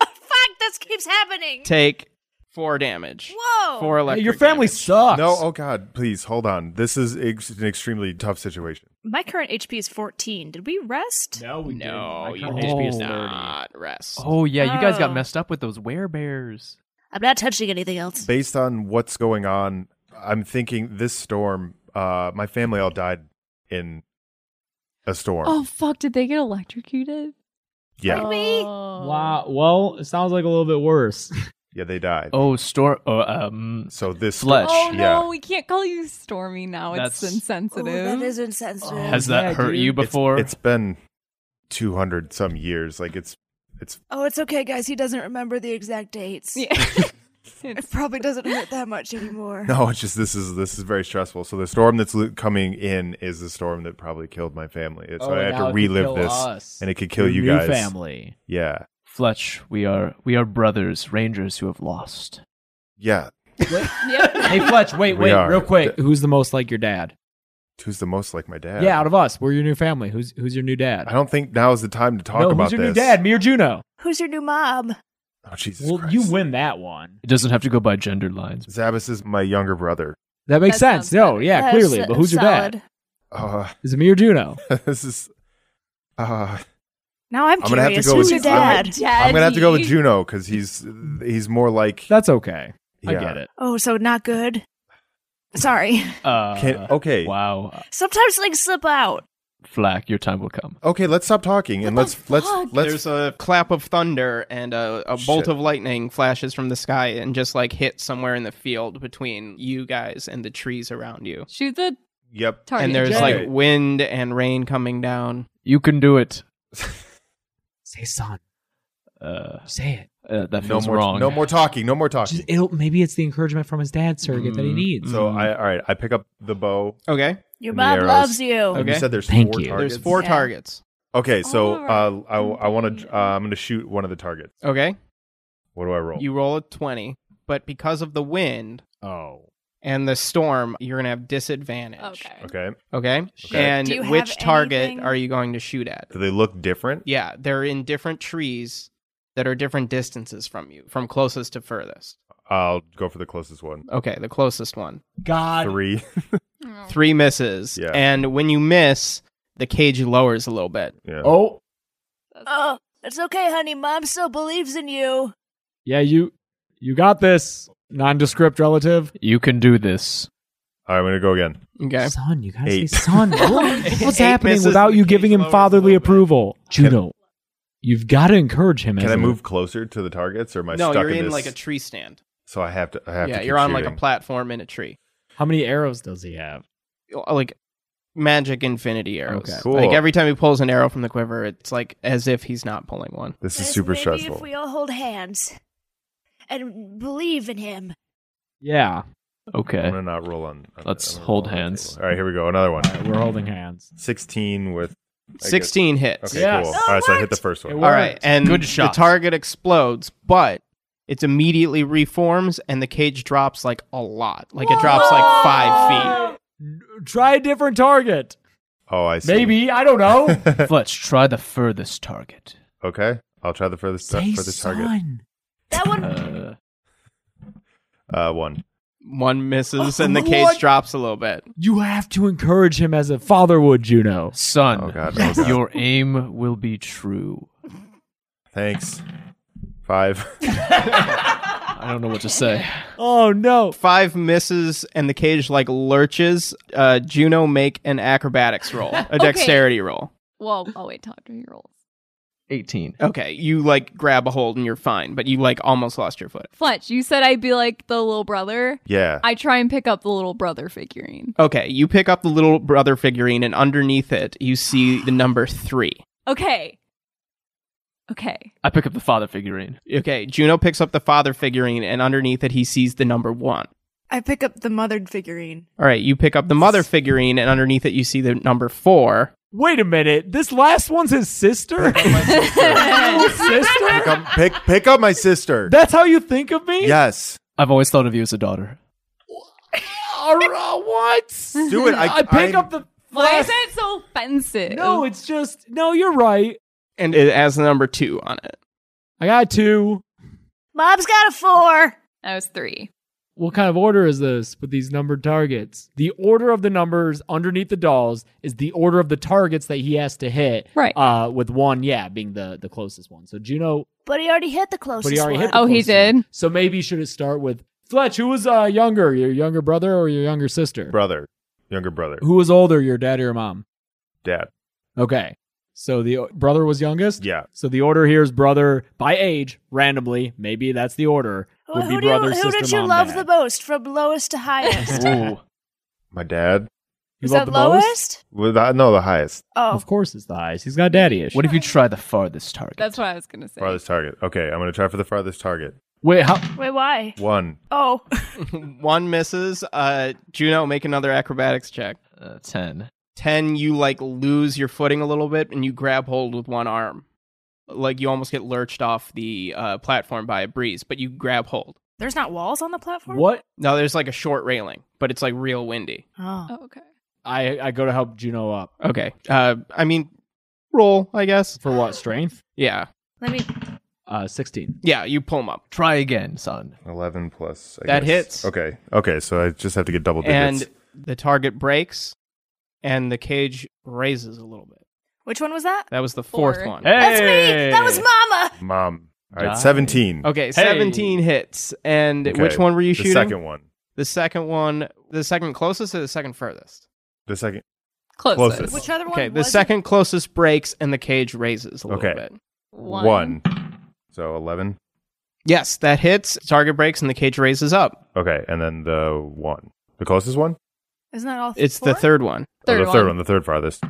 Speaker 6: this keeps happening.
Speaker 1: Take four damage.
Speaker 6: Whoa.
Speaker 1: Four electric.
Speaker 2: Your family
Speaker 1: damage.
Speaker 2: sucks.
Speaker 7: No, oh God, please hold on. This is ex- an extremely tough situation.
Speaker 6: My current HP is 14. Did we rest?
Speaker 3: No, we
Speaker 1: No, your
Speaker 5: can't.
Speaker 1: HP is
Speaker 5: Oh.
Speaker 1: not rest.
Speaker 5: Oh yeah, you guys got
Speaker 6: Oh.
Speaker 5: messed up with those werebears.
Speaker 6: I'm not touching anything else.
Speaker 7: Based on what's going on, I'm thinking this storm. Uh, my family all died in a storm.
Speaker 8: Oh fuck, did they get electrocuted?
Speaker 7: yeah,
Speaker 6: Did we?
Speaker 8: Oh.
Speaker 3: Wow. Well, it sounds like a little bit worse.
Speaker 7: yeah, they died.
Speaker 5: Oh, storm. Oh, um,
Speaker 7: So this
Speaker 5: Fletch.
Speaker 8: Oh no,
Speaker 7: Yeah.
Speaker 8: we can't call you Stormy now. It's
Speaker 5: That's-
Speaker 6: Ooh,
Speaker 8: insensitive.
Speaker 6: Oh, that is insensitive.
Speaker 5: has
Speaker 3: yeah,
Speaker 5: that hurt
Speaker 3: dude.
Speaker 5: you
Speaker 3: It's-
Speaker 5: before?
Speaker 7: it's been two hundred some years. Like it's it's
Speaker 4: Oh, it's okay, guys. He doesn't remember the exact dates.
Speaker 8: Yeah.
Speaker 4: It probably doesn't hurt that much anymore.
Speaker 7: No, it's just this is this is very stressful. So the storm that's lo- coming in is the storm that probably killed my family.
Speaker 3: Oh,
Speaker 7: It's- So I have to relive this, and it could kill you guys.
Speaker 3: Family.
Speaker 7: Yeah,
Speaker 5: Fletch, we are we are brothers, rangers who have lost.
Speaker 7: yeah.
Speaker 3: Hey Fletch, wait,
Speaker 7: We
Speaker 3: wait,
Speaker 7: are.
Speaker 3: real quick. Who's the most like your dad?
Speaker 7: Who's the most like my dad?
Speaker 3: Yeah, out of us, we're your new family. Who's who's your new
Speaker 7: I
Speaker 3: dad?
Speaker 7: don't think now is the time to talk
Speaker 3: no,
Speaker 7: about
Speaker 3: who's your
Speaker 7: this.
Speaker 3: new dad? Me or Juno?
Speaker 4: Who's your new mom?
Speaker 7: Oh Jesus
Speaker 3: Well,
Speaker 7: Christ!
Speaker 3: you win that one.
Speaker 5: It doesn't have to go by gender lines.
Speaker 7: Zabas is my younger brother.
Speaker 3: That makes
Speaker 8: That
Speaker 3: sense.
Speaker 8: sounds
Speaker 3: No,
Speaker 8: better.
Speaker 3: yeah,
Speaker 4: That's,
Speaker 3: clearly.
Speaker 4: uh,
Speaker 3: But who's your
Speaker 4: solid.
Speaker 3: dad?
Speaker 7: Uh,
Speaker 3: Is it me or Juno?
Speaker 7: this is. Uh,
Speaker 4: Now I'm,
Speaker 7: I'm gonna have to
Speaker 4: curious.
Speaker 7: go
Speaker 4: Who's your
Speaker 7: with- I'm
Speaker 4: dad?
Speaker 7: I'm gonna have to go with Juno because he's he's more like.
Speaker 3: That's okay. I
Speaker 7: yeah.
Speaker 3: get it.
Speaker 4: Oh, so not good. Sorry.
Speaker 5: Uh,
Speaker 7: Can- okay.
Speaker 5: Wow,
Speaker 6: Sometimes things slip out.
Speaker 5: Flack, your time will come.
Speaker 7: Okay, let's stop talking and let's let's let's
Speaker 1: There's a clap of thunder and a, a bolt
Speaker 7: Shit.
Speaker 1: of lightning flashes from the sky and just like hits somewhere in the field between you guys and the trees around you.
Speaker 8: Shoot the
Speaker 7: yep.
Speaker 8: target.
Speaker 1: and there's
Speaker 7: Jay.
Speaker 1: like wind and rain coming down.
Speaker 5: You can do it.
Speaker 3: Say son.
Speaker 5: Uh,
Speaker 3: Say it.
Speaker 5: uh, that
Speaker 7: no
Speaker 5: feels
Speaker 7: more
Speaker 5: wrong.
Speaker 7: no more talking. No more talking.
Speaker 3: Just, it'll, maybe it's the encouragement from his dad surrogate that he
Speaker 5: Mm.
Speaker 3: needs.
Speaker 7: So
Speaker 5: Mm.
Speaker 7: I all right. I pick up the bow.
Speaker 1: Okay.
Speaker 6: Your
Speaker 7: And the
Speaker 6: mom
Speaker 7: arrows.
Speaker 6: loves you.
Speaker 7: And You
Speaker 1: Okay.
Speaker 7: said there's
Speaker 3: Thank
Speaker 7: four
Speaker 3: you.
Speaker 7: targets.
Speaker 1: There's four
Speaker 6: Yeah.
Speaker 1: targets.
Speaker 7: Okay, so
Speaker 8: All
Speaker 7: uh,
Speaker 8: right.
Speaker 7: I I want to uh, I'm gonna shoot one of the targets.
Speaker 3: Oh.
Speaker 1: Okay.
Speaker 7: What do I roll?
Speaker 1: You roll a 20, but because of the wind
Speaker 2: Oh.
Speaker 1: and the storm, you're going to have disadvantage.
Speaker 8: Okay.
Speaker 7: okay.
Speaker 1: Okay.
Speaker 7: Okay.
Speaker 1: And
Speaker 4: Do you have
Speaker 1: which target
Speaker 4: anything-
Speaker 1: are you going to shoot at?
Speaker 7: Do they look different?
Speaker 1: Yeah, they're in different trees that are different distances from you, from closest to furthest.
Speaker 7: I'll go for the closest one.
Speaker 1: Okay, the closest one.
Speaker 3: God.
Speaker 7: Three.
Speaker 8: Oh.
Speaker 1: Three misses.
Speaker 7: Yeah.
Speaker 1: And when you miss, the cage lowers a little bit.
Speaker 7: yeah.
Speaker 3: Oh.
Speaker 6: Oh, it's okay, honey. Mom still believes in you.
Speaker 3: Yeah, you you got this. Nondescript relative.
Speaker 5: You can do this.
Speaker 7: All right, I'm gonna go again.
Speaker 1: Okay.
Speaker 3: Son, you gotta
Speaker 7: Eight.
Speaker 3: say son. What- What's
Speaker 1: Eight
Speaker 3: happening
Speaker 1: misses
Speaker 3: without
Speaker 1: and
Speaker 3: you
Speaker 1: the
Speaker 3: giving
Speaker 1: cage
Speaker 3: him
Speaker 1: lowers a
Speaker 3: fatherly
Speaker 1: little bit.
Speaker 3: approval? Juno, you've got to encourage him.
Speaker 7: Can
Speaker 3: as
Speaker 7: I
Speaker 3: a-
Speaker 7: move closer to the targets, or am I
Speaker 1: No,
Speaker 7: stuck
Speaker 1: you're
Speaker 7: in,
Speaker 1: in
Speaker 7: this?
Speaker 1: like a tree stand.
Speaker 7: so I have to. I have
Speaker 1: Yeah,
Speaker 7: to.
Speaker 1: you're
Speaker 7: keep
Speaker 1: on like a
Speaker 7: shooting.
Speaker 1: platform in a tree.
Speaker 3: How many arrows does he have?
Speaker 1: uh, Like magic infinity arrows.
Speaker 3: Okay.
Speaker 7: Cool.
Speaker 1: Like every time he pulls an arrow from the quiver, it's like as if he's not pulling one.
Speaker 7: This is
Speaker 6: Guys,
Speaker 7: super
Speaker 6: maybe
Speaker 7: stressful.
Speaker 6: If we all hold hands and believe in him.
Speaker 3: Yeah,
Speaker 7: I'm
Speaker 5: Okay.
Speaker 7: gonna not roll on. I'm-
Speaker 5: Let's
Speaker 7: I'm gonna
Speaker 5: hold
Speaker 7: roll on the
Speaker 5: hands.
Speaker 7: table. All right, here we go. Another one.
Speaker 3: All right, we're holding hands.
Speaker 7: Sixteen with I guess-
Speaker 1: 16 hits.
Speaker 7: Okay,
Speaker 3: Yes.
Speaker 7: cool.
Speaker 3: Oh,
Speaker 7: All right, so I hit
Speaker 6: what?
Speaker 7: the first
Speaker 3: It
Speaker 7: one.
Speaker 1: All right,
Speaker 3: worked.
Speaker 1: and
Speaker 5: Good
Speaker 1: the
Speaker 5: shot.
Speaker 1: target explodes, but it's immediately reforms and the cage drops like a lot. Like it drops like five feet.
Speaker 3: Try a different target.
Speaker 7: Oh, I see.
Speaker 3: Maybe I don't know.
Speaker 5: Fletch, try the furthest target.
Speaker 7: okay, I'll try the furthest
Speaker 3: Say
Speaker 7: furthest target.
Speaker 3: son.
Speaker 6: That one
Speaker 5: Uh,
Speaker 7: Uh, one.
Speaker 1: One misses and the
Speaker 3: Oh,
Speaker 1: cage
Speaker 3: what?
Speaker 1: drops a little bit.
Speaker 3: You have to encourage him as a father would, Juno.
Speaker 5: son,
Speaker 7: Oh, God. Oh, God.
Speaker 5: your aim will be true.
Speaker 7: Thanks. Five.
Speaker 5: I don't know what to say.
Speaker 3: Oh no.
Speaker 1: Five misses and the cage like lurches. Uh, Juno make an acrobatics roll, a dexterity roll.
Speaker 8: Well, I'll wait till after he rolls.
Speaker 5: 18.
Speaker 1: Okay, you like grab a hold and you're fine, but you like almost lost your foot.
Speaker 8: Fletch, you said I'd be like the little brother.
Speaker 7: yeah.
Speaker 8: I try and pick up the little brother figurine.
Speaker 1: Okay, you pick up the little brother figurine and underneath it you see the number three.
Speaker 8: Okay. Okay.
Speaker 5: I pick up the father figurine.
Speaker 1: Okay, Juno picks up the father figurine and underneath it he sees the number one.
Speaker 4: I pick up the mothered figurine.
Speaker 1: All right, you pick up the mother figurine and underneath it you see the number four.
Speaker 3: Wait a minute. This last one's his sister.
Speaker 7: pick,
Speaker 3: sister.
Speaker 7: up, pick, pick up my sister.
Speaker 3: That's how you think of me.
Speaker 7: yes.
Speaker 5: I've always thought of you as a daughter.
Speaker 3: All right, what?
Speaker 7: Do it. I-
Speaker 3: I pick
Speaker 7: I-
Speaker 3: up the.
Speaker 8: Why is
Speaker 3: last-
Speaker 8: it so offensive?
Speaker 3: No, it's just no. You're right.
Speaker 1: And it has the number two on it.
Speaker 3: I got two.
Speaker 6: Bob's got a four.
Speaker 8: I was three.
Speaker 3: What kind of order is this with these numbered targets? The order of the numbers underneath the dolls is the order of the targets that he has to hit.
Speaker 8: Right.
Speaker 3: Uh, with one, yeah, being the the closest one. So Juno,
Speaker 6: But he already hit the closest
Speaker 3: but he already
Speaker 6: one.
Speaker 3: hit. the
Speaker 8: Oh, he
Speaker 3: closest
Speaker 8: did?
Speaker 3: one. So maybe you should have start with Fletch. Who was uh younger, your younger brother or your younger sister?
Speaker 7: Brother. Younger brother.
Speaker 3: Who was older, your dad or your mom?
Speaker 7: Dad.
Speaker 3: Okay. So the o- brother was youngest.
Speaker 7: Yeah.
Speaker 3: So the order here is brother by age, randomly. Maybe that's the order.
Speaker 6: Who,
Speaker 3: Would be
Speaker 6: Oh, who do you-
Speaker 3: brother,
Speaker 6: who
Speaker 3: sister,
Speaker 6: did you
Speaker 3: mom,
Speaker 6: love
Speaker 3: dad.
Speaker 6: the most, from lowest to highest?
Speaker 5: Ooh.
Speaker 7: My dad.
Speaker 3: You
Speaker 6: Is
Speaker 3: love
Speaker 6: that
Speaker 3: the most?
Speaker 6: lowest?
Speaker 7: Well, the, no, the highest.
Speaker 6: Oh,
Speaker 3: Of course, it's the highest. He's got daddy issues.
Speaker 5: What if you try the farthest target?
Speaker 8: That's what I was gonna say.
Speaker 7: Farthest target. Okay, I'm gonna try for the farthest target.
Speaker 3: Wait, how?
Speaker 6: wait, why?
Speaker 7: One.
Speaker 6: Oh,
Speaker 1: one misses. Uh, Juno, make another acrobatics check.
Speaker 5: Uh, 10.
Speaker 1: 10 you like lose your footing a little bit and you grab hold with one arm like you almost get lurched off the uh, platform by a breeze but you grab hold
Speaker 6: there's not walls on the platform.
Speaker 3: What?
Speaker 1: now there's like a short railing but it's like real windy
Speaker 6: Oh.
Speaker 8: Oh, okay.
Speaker 3: I I go to help Juno up
Speaker 1: okay uh, i mean roll i guess
Speaker 3: for what strength?
Speaker 1: yeah
Speaker 6: Let me.
Speaker 3: Uh, sixteen.
Speaker 1: yeah you pull them up
Speaker 5: Try again, son.
Speaker 7: Eleven plus. I
Speaker 1: That
Speaker 7: guess.
Speaker 1: hits.
Speaker 7: Okay. Okay. So I just have to get double digits.
Speaker 1: and the target breaks and the cage raises a little bit
Speaker 4: Which one was that?
Speaker 1: that was the fourth
Speaker 8: Four.
Speaker 1: one
Speaker 6: That's me. That was Mama.
Speaker 7: Mom. All right.
Speaker 5: Die.
Speaker 7: Seventeen.
Speaker 1: okay 17 hits and
Speaker 7: Okay,
Speaker 1: which one were Oh, you
Speaker 7: The
Speaker 1: shooting
Speaker 7: second one.
Speaker 1: the second one the second closest or the second furthest
Speaker 7: The second.
Speaker 8: Closest.
Speaker 7: Closest.
Speaker 6: Which other one?
Speaker 1: Okay, the
Speaker 6: was it?
Speaker 1: second closest breaks and the cage raises a little
Speaker 7: Okay.
Speaker 1: bit.
Speaker 8: One.
Speaker 7: So eleven.
Speaker 1: Yes, that hits. Target breaks and the cage raises up.
Speaker 7: Okay, and then the one. The closest one.
Speaker 4: Isn't that all?
Speaker 1: It's
Speaker 4: four?
Speaker 1: the third one.
Speaker 7: Or
Speaker 8: Third
Speaker 7: the third
Speaker 8: one.
Speaker 7: one. The third farthest.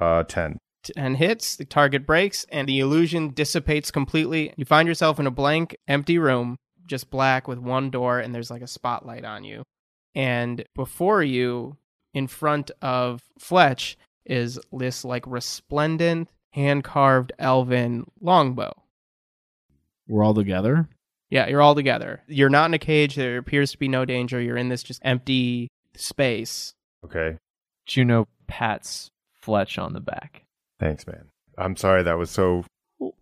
Speaker 7: Uh, ten.
Speaker 1: And hits, the target breaks, and the illusion dissipates completely. You find yourself in a blank, empty room, just black with one door, and there's like a spotlight on you. And before you, in front of Fletch, is this like resplendent, hand carved elven longbow.
Speaker 3: We're all together.
Speaker 1: Yeah, you're all together. You're not in a cage. There appears to be no danger. You're in this just empty space.
Speaker 7: Okay.
Speaker 5: Juno pats Fletch on the back.
Speaker 7: Thanks, man. I'm sorry that was so.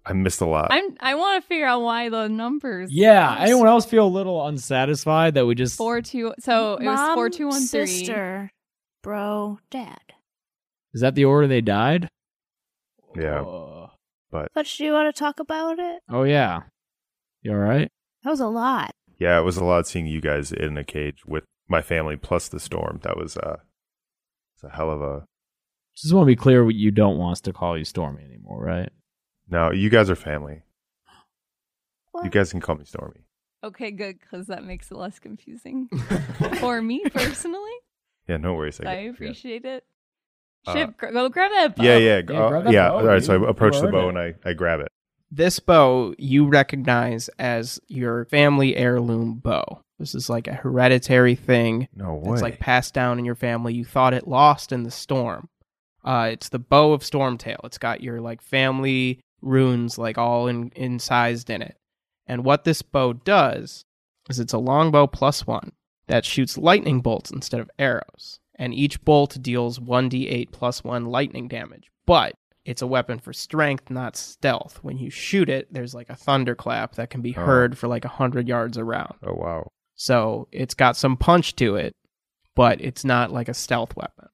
Speaker 7: I missed a lot.
Speaker 8: I'm. I want to figure out why the numbers.
Speaker 3: Yeah. Anyone else feel a little unsatisfied that we just?
Speaker 8: Four two. So it was
Speaker 6: Mom,
Speaker 8: four two one three.
Speaker 6: Sister, bro, dad.
Speaker 3: Is that the order they died?
Speaker 7: Yeah.
Speaker 5: Uh,
Speaker 6: Fletch, do you want to talk about it?
Speaker 3: Oh yeah. You all right?
Speaker 6: That was a lot.
Speaker 7: yeah, it was a lot seeing you guys in a cage with my family plus the storm. That was uh, it's a hell of a.
Speaker 3: Just want to be clear. You don't want us to call you Stormy anymore, right?
Speaker 7: No, you guys are family. You
Speaker 6: What?
Speaker 7: guys can call me Stormy.
Speaker 8: Okay, good, because that makes it less confusing for me personally.
Speaker 7: Yeah, no worries.
Speaker 8: I
Speaker 7: get-
Speaker 8: appreciate it.
Speaker 7: Uh,
Speaker 8: Shiv, gra- go grab that.
Speaker 7: Yeah, yeah,
Speaker 8: book.
Speaker 7: yeah.
Speaker 3: Oh, Yeah,
Speaker 7: uh,
Speaker 3: grab that
Speaker 7: yeah.
Speaker 3: bow,
Speaker 7: All right, so
Speaker 3: dude.
Speaker 7: I approach
Speaker 3: You
Speaker 7: the
Speaker 3: earned
Speaker 7: bow
Speaker 3: it.
Speaker 7: and I, I grab it.
Speaker 1: This bow you recognize as your family heirloom bow. This is like a hereditary thing
Speaker 7: No way.
Speaker 1: that's like passed down in your family. You thought it lost in the storm. Uh, it's the bow of Stormtail. It's got your like family runes like all in, incised in it. And what this bow does is it's a longbow plus one that shoots lightning bolts instead of arrows. And each bolt deals 1d8 plus 1 lightning damage. But it's a weapon for strength, not stealth. When you shoot it, there's like a thunderclap that can be
Speaker 7: Oh.
Speaker 1: heard for like 100 yards around.
Speaker 7: oh wow.
Speaker 1: So it's got some punch to it, but it's not like a stealth weapon.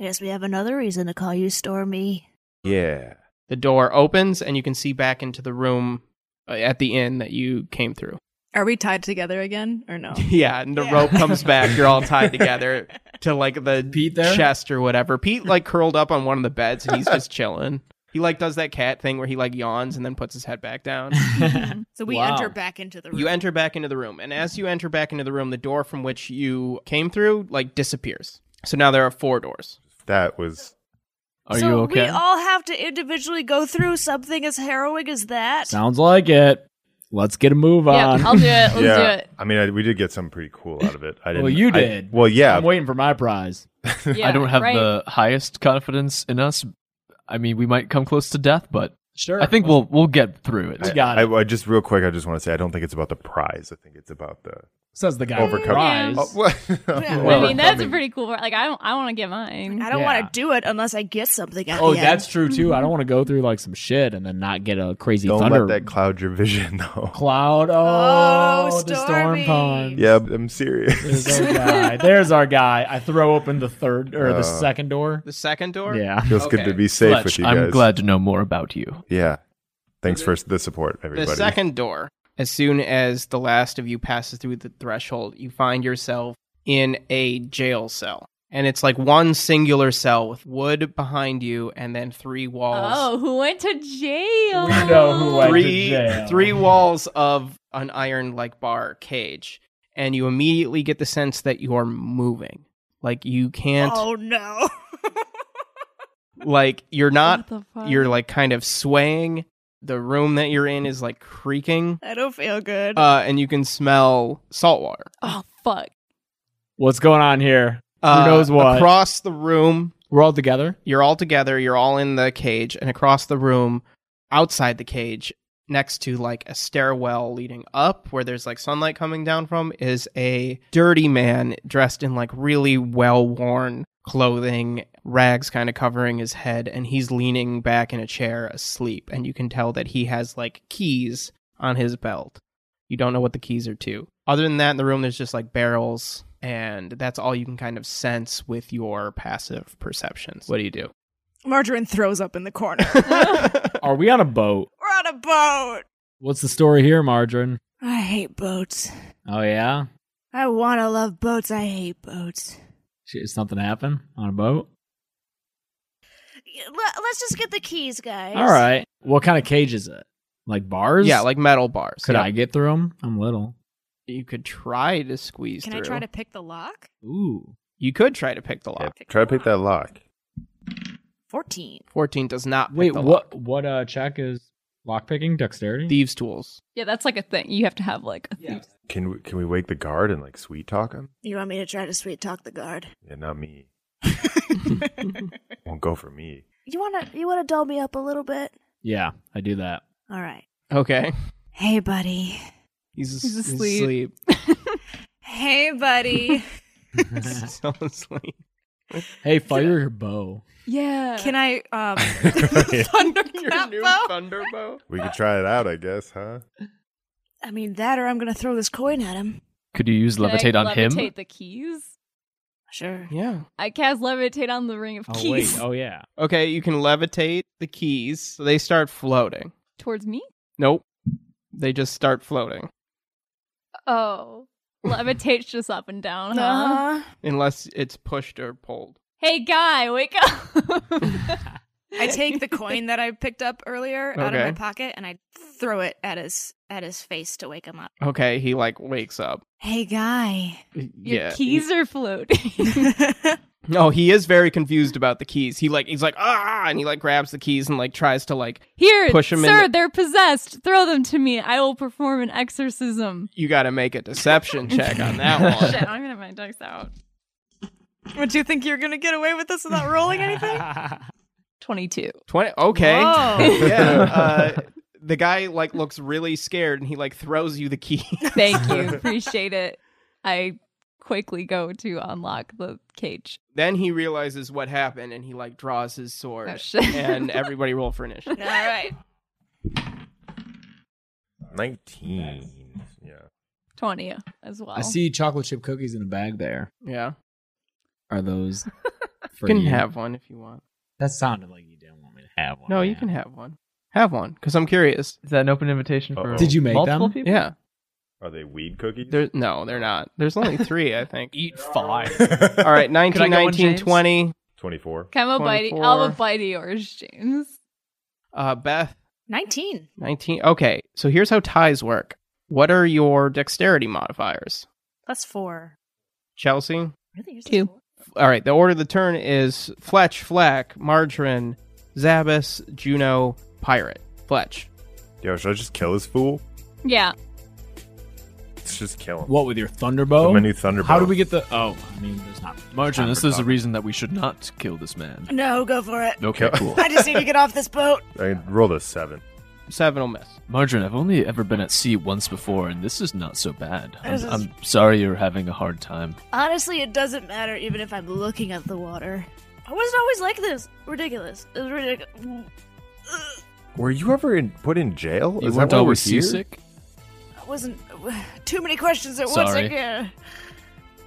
Speaker 6: I guess we have another reason to call you Stormy.
Speaker 7: Yeah.
Speaker 1: The door opens and you can see back into the room uh, at the inn that you came through.
Speaker 4: Are we tied together again or
Speaker 2: Oh.
Speaker 4: no?
Speaker 1: Yeah, and the
Speaker 6: Yeah.
Speaker 1: rope comes back. You're all tied together to like the
Speaker 2: Pete there?
Speaker 1: chest or whatever. Pete like curled up on one of the beds and he's just chilling. He like does that cat thing where he like yawns and then puts his head back down.
Speaker 8: Mm-hmm.
Speaker 4: So we
Speaker 2: Wow.
Speaker 4: enter back into the room.
Speaker 1: You enter back into the room, and as you enter back into the room, the door from which you came through like disappears. So now there are four doors.
Speaker 7: That was
Speaker 5: Are
Speaker 6: so
Speaker 5: you okay?
Speaker 6: we all have to individually go through something as harrowing as that.
Speaker 3: Sounds like it. Let's get a move on.
Speaker 8: Yeah, I'll do it. Let's
Speaker 7: yeah.
Speaker 8: do it.
Speaker 7: I mean, I, we did get something pretty cool out of it. I didn't.
Speaker 3: well, you
Speaker 7: I-
Speaker 3: did.
Speaker 7: well, yeah.
Speaker 3: I'm waiting for my prize.
Speaker 8: Yeah,
Speaker 5: I don't have
Speaker 8: right.
Speaker 5: the highest confidence in us. I mean, we might come close to death, but
Speaker 3: Sure.
Speaker 5: I think we'll we'll get through
Speaker 7: I,
Speaker 5: it.
Speaker 3: got
Speaker 7: I, I just real quick. I just want to say I don't think it's about the prize. I think it's about the
Speaker 3: says the guy.
Speaker 7: Overcome-
Speaker 3: Prize.
Speaker 7: Oh, what?
Speaker 8: I mean, that's a
Speaker 7: Overcoming.
Speaker 8: pretty cool. part. Like, I don't. I want to get mine.
Speaker 6: I don't
Speaker 3: Yeah.
Speaker 6: want to do it unless I get something at
Speaker 3: Oh,
Speaker 6: the end. Mm-hmm.
Speaker 3: that's true too. I don't want to go through like some shit and then not get a crazy
Speaker 7: Don't
Speaker 3: thunder
Speaker 7: let that cloud your vision, though.
Speaker 3: cloud. Oh,
Speaker 6: Oh,
Speaker 3: the storm
Speaker 6: Stormy.
Speaker 3: pun.
Speaker 7: Yeah, I'm serious.
Speaker 3: There's our guy. There's our guy. I throw open the third or the
Speaker 7: Uh,
Speaker 3: second door.
Speaker 1: The second door.
Speaker 3: Yeah.
Speaker 7: Feels good
Speaker 1: Okay.
Speaker 7: to be safe
Speaker 5: Fletch,
Speaker 7: with you guys.
Speaker 5: I'm glad to know more about you.
Speaker 7: Yeah. Thanks for the support, everybody.
Speaker 1: The second door. As soon as the last of you passes through the threshold, you find yourself in a jail cell. And it's like one singular cell with wood behind you and then three walls.
Speaker 8: Oh, who went to jail?
Speaker 3: We know who went-
Speaker 1: three
Speaker 3: to jail.
Speaker 1: three walls of an iron like bar cage. And you immediately get the sense that you are moving. Like you can't
Speaker 6: Oh no.
Speaker 1: like you're
Speaker 8: What
Speaker 1: not
Speaker 8: the fuck?
Speaker 1: you're like kind of swaying. The room that you're in is like creaking.
Speaker 6: I don't feel good.
Speaker 1: Uh, and you can smell salt water.
Speaker 8: Oh fuck.
Speaker 3: What's going on here? knows what?
Speaker 1: Uh, Across the room,
Speaker 3: We're all together.
Speaker 1: you're all together, you're all in the cage, and across the room, outside the cage, next to like a stairwell leading up where there's like sunlight coming down from, is a dirty man dressed in like really well worn clothing, rags kind of covering his head, and he's leaning back in a chair asleep. And you can tell that he has like keys on his belt. You don't know what the keys are to. Other than that, in the room, there's just like barrels, and that's all you can kind of sense with your passive perceptions. What do you do?
Speaker 4: Margarine throws up in the corner.
Speaker 3: Are we on a boat?
Speaker 4: We're on a boat.
Speaker 3: What's the story here, Margarine?
Speaker 6: I hate boats.
Speaker 3: Oh yeah.
Speaker 6: I want to love boats. I hate boats.
Speaker 3: Shit, something happened on a boat.
Speaker 6: Let- Let's just get the keys, guys.
Speaker 3: All right. What kind of cage is it? Like bars?
Speaker 1: yeah, like metal bars.
Speaker 3: could
Speaker 1: yeah.
Speaker 3: I get through them? I'm little.
Speaker 1: You could try to squeeze
Speaker 4: Can
Speaker 1: through.
Speaker 4: I try to pick the lock?
Speaker 3: Ooh.
Speaker 1: You could try to pick the lock.
Speaker 7: Yeah, try to pick that lock.
Speaker 4: 14.
Speaker 1: 14 does not pick
Speaker 3: Wait,
Speaker 1: the lock.
Speaker 3: what? What uh check is lockpicking dexterity?
Speaker 1: Thieves tools.
Speaker 8: Yeah, that's like a thing. You have to have like a thief.
Speaker 7: Can we, can we wake the guard and like sweet talk him?
Speaker 6: You want me to try to sweet talk the guard?
Speaker 7: Yeah, not me. Won't go for me.
Speaker 6: You wanna you wanna doll me up a little bit?
Speaker 3: yeah, I do that.
Speaker 6: All right.
Speaker 1: Okay.
Speaker 6: Hey, buddy.
Speaker 1: He's, as-
Speaker 8: He's
Speaker 1: he's
Speaker 8: asleep.
Speaker 1: asleep.
Speaker 6: Hey, buddy.
Speaker 1: He's so asleep.
Speaker 3: Hey, fire your bow.
Speaker 8: Yeah.
Speaker 4: Can I um
Speaker 7: Yeah.
Speaker 4: thunderclap bow?
Speaker 1: Thunderbow.
Speaker 7: We could try it out, I guess, huh?
Speaker 6: I mean that, or I'm gonna throw this coin at him.
Speaker 5: Could you use
Speaker 8: Can I
Speaker 5: levitate on him?
Speaker 8: Levitate the keys.
Speaker 6: Sure.
Speaker 1: Yeah.
Speaker 8: I cast levitate on the ring of
Speaker 3: Oh
Speaker 8: keys
Speaker 3: wait. Oh yeah.
Speaker 1: Okay, you can levitate the keys. So they start floating.
Speaker 8: towards me.
Speaker 1: Nope. They just start floating.
Speaker 8: Oh, levitate's just up and down. Huh?
Speaker 6: Uh-huh.
Speaker 1: Unless it's pushed or pulled.
Speaker 8: Hey, guy, wake up!
Speaker 4: I take the coin that I picked up earlier out of
Speaker 1: Okay.
Speaker 4: my pocket and I
Speaker 6: Throw it at his at his face to wake him up.
Speaker 1: Okay, he like wakes up.
Speaker 6: Hey, guy.
Speaker 8: Your
Speaker 1: yeah.
Speaker 8: keys are floating.
Speaker 1: No, he is very confused about the keys. He like he's like ah, and he like grabs the keys and like tries to like
Speaker 8: Here,
Speaker 1: Push 'em in
Speaker 8: sir,
Speaker 1: the-
Speaker 8: they're possessed. Throw them to me. I will perform an exorcism.
Speaker 1: you got to make a deception check on that one.
Speaker 8: Oh, Shit, I'm gonna have my ducks out.
Speaker 4: Would you think you're gonna get away with this without rolling anything?
Speaker 8: Twenty-two.
Speaker 1: 20 okay.
Speaker 4: Whoa.
Speaker 1: Yeah. Uh, the guy like looks really scared and he like throws you the key.
Speaker 8: Thank you, appreciate it. I quickly go to unlock the cage.
Speaker 1: then he realizes what happened and he like draws his sword
Speaker 8: Oh, shit.
Speaker 1: and everybody roll for initiative.
Speaker 8: All right,
Speaker 7: 19. Yeah.
Speaker 8: twenty as well.
Speaker 3: I see chocolate chip cookies in a bag there.
Speaker 1: Yeah.
Speaker 3: Are those
Speaker 1: You
Speaker 3: for
Speaker 1: can have one if you want.
Speaker 3: That sounded like you didn't want me to have one.
Speaker 1: No, you
Speaker 3: man.
Speaker 1: can have one. have one because I'm curious.
Speaker 9: Is that an open invitation for
Speaker 7: Uh-oh.
Speaker 3: Did you make
Speaker 9: multiple
Speaker 3: them?
Speaker 9: people?
Speaker 1: Yeah,
Speaker 7: Are they weed cookies?
Speaker 1: there. No, they're not. There's only three, I think.
Speaker 5: Eat five.
Speaker 1: All right, 19,
Speaker 5: Could I go on,
Speaker 1: 19,
Speaker 5: James?
Speaker 1: 20.
Speaker 7: Twenty-four.
Speaker 8: Come a bite.
Speaker 1: 24.
Speaker 8: I'll have a bite of yours, James.
Speaker 1: Uh, Beth,
Speaker 6: 19.
Speaker 1: 19. Okay, so here's how ties work. What are your dexterity modifiers?
Speaker 6: Plus four.
Speaker 1: Chelsea?
Speaker 6: Really? Yours is
Speaker 8: Two.
Speaker 6: four?
Speaker 1: All right, the order of the turn is Fletch, Flack, Margarine, Zabas, Juno, Pirate. Fletch.
Speaker 7: Yo, should I just kill this fool?
Speaker 8: Yeah.
Speaker 7: Let's just kill him.
Speaker 3: What with your thunderbow?
Speaker 7: With my new thunderbow.
Speaker 3: How do we get the? Oh, I mean, there's not.
Speaker 5: Margin,
Speaker 3: time
Speaker 5: this
Speaker 3: for
Speaker 5: is the
Speaker 3: combat.
Speaker 5: reason that we should not kill this man.
Speaker 6: No, go for it.
Speaker 5: Okay, cool.
Speaker 6: I just need to get off this boat.
Speaker 7: I rolled a seven.
Speaker 1: Seven will miss.
Speaker 5: Margarine, I've only ever been at sea once before, and this is not so bad. I'm,
Speaker 6: This is-
Speaker 5: I'm sorry you're having a hard time.
Speaker 6: Honestly, it doesn't matter even if I'm looking at the water. I wasn't always like this. Ridiculous. It was ridiculous.
Speaker 7: Were you ever in, put in jail?
Speaker 5: You
Speaker 7: Is
Speaker 5: weren't
Speaker 7: that why we're
Speaker 5: always
Speaker 7: here?
Speaker 5: seasick?
Speaker 6: I wasn't. Too many questions at once.
Speaker 5: Sorry.
Speaker 6: I can't.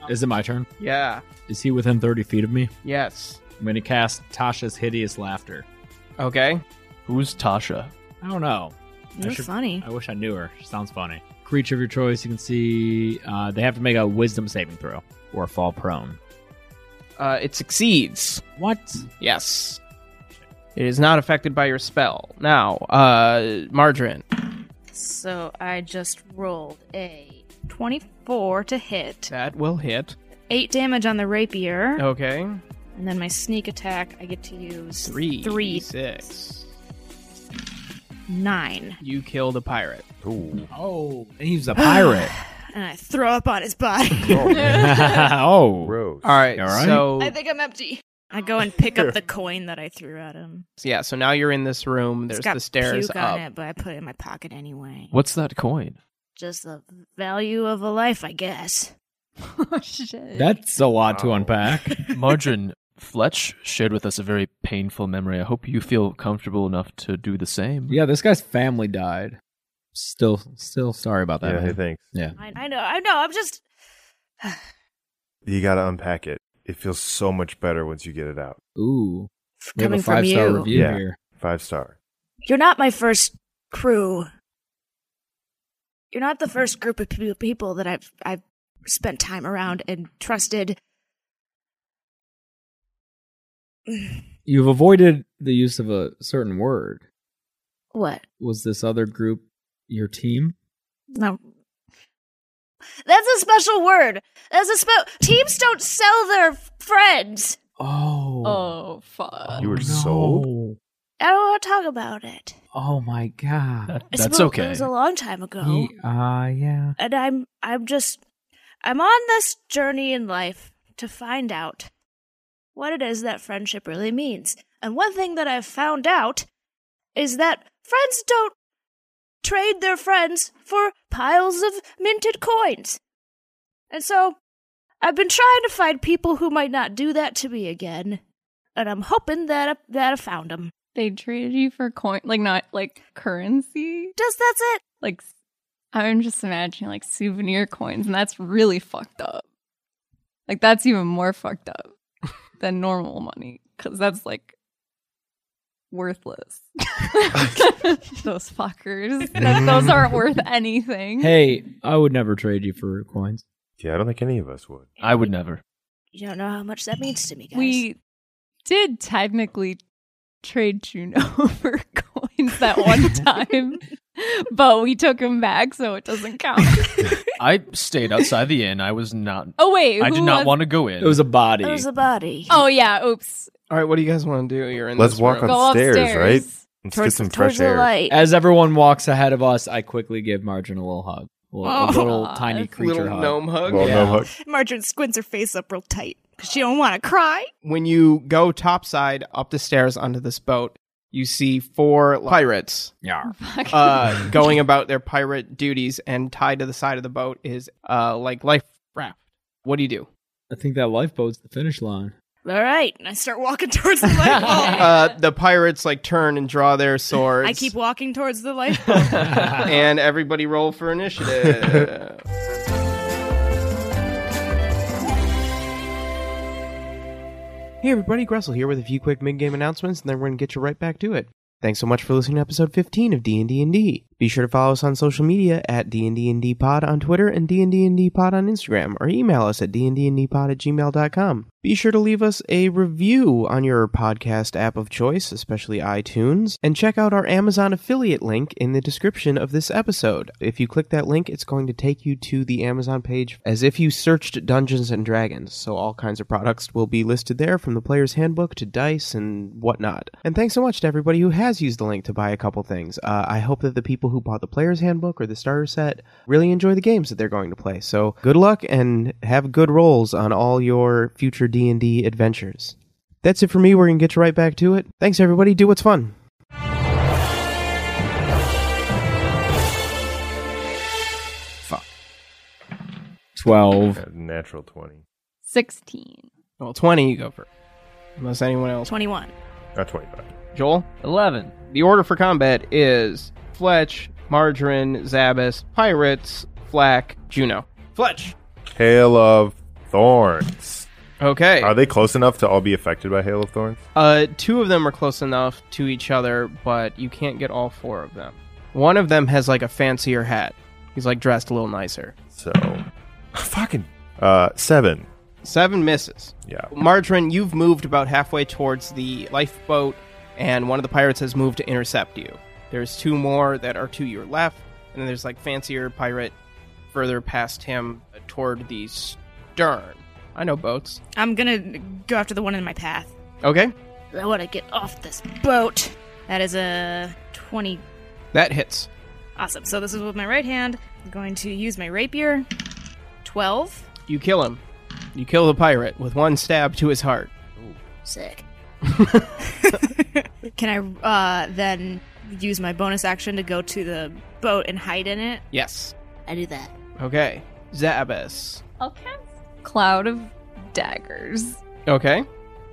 Speaker 3: Is it my turn?
Speaker 1: Yeah.
Speaker 3: Is he within 30 feet of me?
Speaker 1: Yes.
Speaker 3: I'm gonna cast Tasha's hideous laughter.
Speaker 1: Okay.
Speaker 5: Who's Tasha?
Speaker 3: I don't know. I
Speaker 6: You're
Speaker 3: should-
Speaker 6: funny.
Speaker 3: I wish I knew her. She sounds funny. Creature of your choice. You can see uh, they have to make a Wisdom saving throw or fall prone.
Speaker 1: Uh, it succeeds.
Speaker 3: What?
Speaker 1: Yes. It is not affected by your spell. Now, uh, Margarine.
Speaker 6: So I just rolled a 24 to hit,
Speaker 1: That will hit.
Speaker 6: 8 damage on the rapier,
Speaker 1: Okay.
Speaker 6: and then my sneak attack, I get to use
Speaker 1: Three.
Speaker 6: three,
Speaker 1: Six.
Speaker 6: 9.
Speaker 1: You killed a pirate.
Speaker 7: Ooh.
Speaker 3: Oh, and he was a pirate.
Speaker 6: And I throw up on his body.
Speaker 7: Oh,
Speaker 3: oh,
Speaker 7: gross.
Speaker 1: All right.
Speaker 3: All right.
Speaker 1: So
Speaker 4: I think I'm empty.
Speaker 6: I go and pick up the coin that I threw at him.
Speaker 1: yeah. So now you're in this room. There's
Speaker 6: it's got
Speaker 1: the stairs
Speaker 3: Oh.
Speaker 6: puke
Speaker 1: up.
Speaker 6: on it, but I put it in my pocket anyway.
Speaker 5: What's that coin?
Speaker 6: Just the value of a life, I guess.
Speaker 8: oh shit.
Speaker 3: that's a lot to
Speaker 7: Wow.
Speaker 3: unpack.
Speaker 5: Margarine, Fletch shared with us a very painful memory. I hope you feel comfortable enough to do the same.
Speaker 3: yeah, this guy's family died. Still, still sorry about that.
Speaker 7: Yeah, hey,
Speaker 3: man.
Speaker 7: thanks.
Speaker 6: I, I know, I know. I'm just
Speaker 7: You gotta unpack it. It feels so much better once you get it out.
Speaker 3: Ooh, we have
Speaker 6: coming
Speaker 3: a
Speaker 6: from
Speaker 3: five star
Speaker 6: you.
Speaker 3: review
Speaker 7: Yeah.
Speaker 3: here.
Speaker 7: Five star.
Speaker 6: You're not my first crew. You're not the first group of pe- people that I've I've spent time around and trusted.
Speaker 3: You've avoided the use of a certain word.
Speaker 6: What?
Speaker 3: Was this other group your team?
Speaker 6: No. That's a special word. That's a spe- teams don't sell their friends.
Speaker 3: Oh,
Speaker 8: Oh fuck.
Speaker 7: You were
Speaker 3: no.
Speaker 7: sold?
Speaker 6: I don't want to talk about it.
Speaker 3: Oh my god.
Speaker 5: That-
Speaker 6: I
Speaker 5: that's
Speaker 6: suppose It
Speaker 5: okay.
Speaker 6: was a long time ago.
Speaker 3: Ye- uh, yeah.
Speaker 6: and I'm I'm just I'm on this journey in life to find out what it is that friendship really means. And one thing that I've found out is that friends don't trade their friends for piles of minted coins. And so I've been trying to find people who might not do that to me again. And I'm hoping that I, that I found them.
Speaker 8: They traded you for coin, like not like currency,
Speaker 6: Just that's it.
Speaker 8: like. s- I'm just imagining like souvenir coins, and that's really fucked up. Like that's even more fucked up than normal money, because that's like worthless. those fuckers, That- those aren't worth anything.
Speaker 3: Hey, I would never trade you for coins.
Speaker 7: Yeah, I don't think any of us would.
Speaker 5: I would never.
Speaker 6: You don't know how much that means to me, guys.
Speaker 8: We did technically trade Juno for coins that one time, but we took him back, so it doesn't count.
Speaker 5: I stayed outside the inn. I was not.
Speaker 8: oh wait,
Speaker 5: I did
Speaker 8: who
Speaker 5: not
Speaker 8: was-
Speaker 5: want to go in.
Speaker 3: It was a body.
Speaker 6: it was a body.
Speaker 8: Oh yeah, oops.
Speaker 1: All right. What do you guys want to do? You're in.
Speaker 7: Let's
Speaker 1: this
Speaker 7: walk
Speaker 1: room.
Speaker 7: up-
Speaker 8: Go
Speaker 7: Upstairs,
Speaker 8: upstairs,
Speaker 7: Let's
Speaker 6: towards,
Speaker 7: get some
Speaker 6: towards
Speaker 7: fresh air.
Speaker 6: the light.
Speaker 3: As everyone walks ahead of us, I quickly give Margin a little hug. A little, a
Speaker 8: Oh.
Speaker 3: little tiny creature
Speaker 1: Little
Speaker 3: hug.
Speaker 1: gnome hug.
Speaker 7: Well,
Speaker 3: Yeah.
Speaker 7: no hook.
Speaker 4: Marjorie squints her face up real tight because she don't want to cry.
Speaker 1: when you go topside up the stairs onto this boat, you see four pirates
Speaker 3: Yar.
Speaker 8: Fuck.
Speaker 1: uh, going about their pirate duties, and tied to the side of the boat is uh, like life raft. What do you do?
Speaker 3: I think that lifeboat's the finish line.
Speaker 6: All right.
Speaker 4: And I start walking towards the light bulb.
Speaker 1: Uh, the pirates like turn and draw their swords.
Speaker 4: I keep walking towards the light bulb.
Speaker 3: That's
Speaker 1: and everybody roll for initiative. Hey everybody, Gressel here with a few quick mid-game announcements, and then we're gonna get you right back to it. Thanks so much for listening to episode 15 of D&D and D. Be sure to follow us on social media at D&D and D Pod on Twitter and D&D and D Pod on Instagram or email us at D&D and D Pod at gmail.com. Be sure to leave us a review on your podcast app of choice, especially iTunes, and check out our Amazon affiliate link in the description of this episode. If you click that link, it's going to take you to the Amazon page as if you searched Dungeons and Dragons, so all kinds of products will be listed there from the player's handbook to dice and whatnot. And thanks so much to everybody who has used the link to buy a couple things. Uh, I hope that the people who bought the player's handbook or the starter set really enjoy the games that they're going to play. So good luck and have good rolls on all your future D&D adventures. That's it for me. We're going to get you right back to it. Thanks, everybody. Do what's fun. Fuck.
Speaker 2: 12.
Speaker 7: Natural 20.
Speaker 8: 16.
Speaker 1: Well, 20 you go for. Unless anyone else.
Speaker 6: 21.
Speaker 7: Not 25.
Speaker 1: Joel?
Speaker 5: 11.
Speaker 1: The order for combat is Fletch, Margarine, Zabas, Pirates, Flack, Juno. Fletch!
Speaker 7: Hail of Thorns.
Speaker 1: Okay.
Speaker 7: Are they close enough to all be affected by Hail of Thorns?
Speaker 1: Uh, two of them are close enough to each other, but you can't get all four of them. One of them has like a fancier hat. He's like dressed a little nicer.
Speaker 7: So, fucking uh, seven.
Speaker 1: Seven misses.
Speaker 7: Yeah.
Speaker 1: Margarine, you've moved about halfway towards the lifeboat, and one of the pirates has moved to intercept you. There's two more that are to your left, and then there's like fancier pirate further past him uh, toward the stern. I know boats.
Speaker 6: I'm gonna go after the one in my path.
Speaker 1: Okay,
Speaker 6: I want to get off this boat. That is a 20.
Speaker 1: that hits.
Speaker 6: Awesome. So this is with my right hand. I'm going to use my rapier. 12.
Speaker 1: You kill him. You kill the pirate with one stab to his heart.
Speaker 6: Sick. Can I uh, then use my bonus action to go to the boat and hide in it?
Speaker 1: Yes.
Speaker 6: I do that.
Speaker 1: Okay. Zabas.
Speaker 8: I'll cast Cloud of Daggers
Speaker 1: Okay.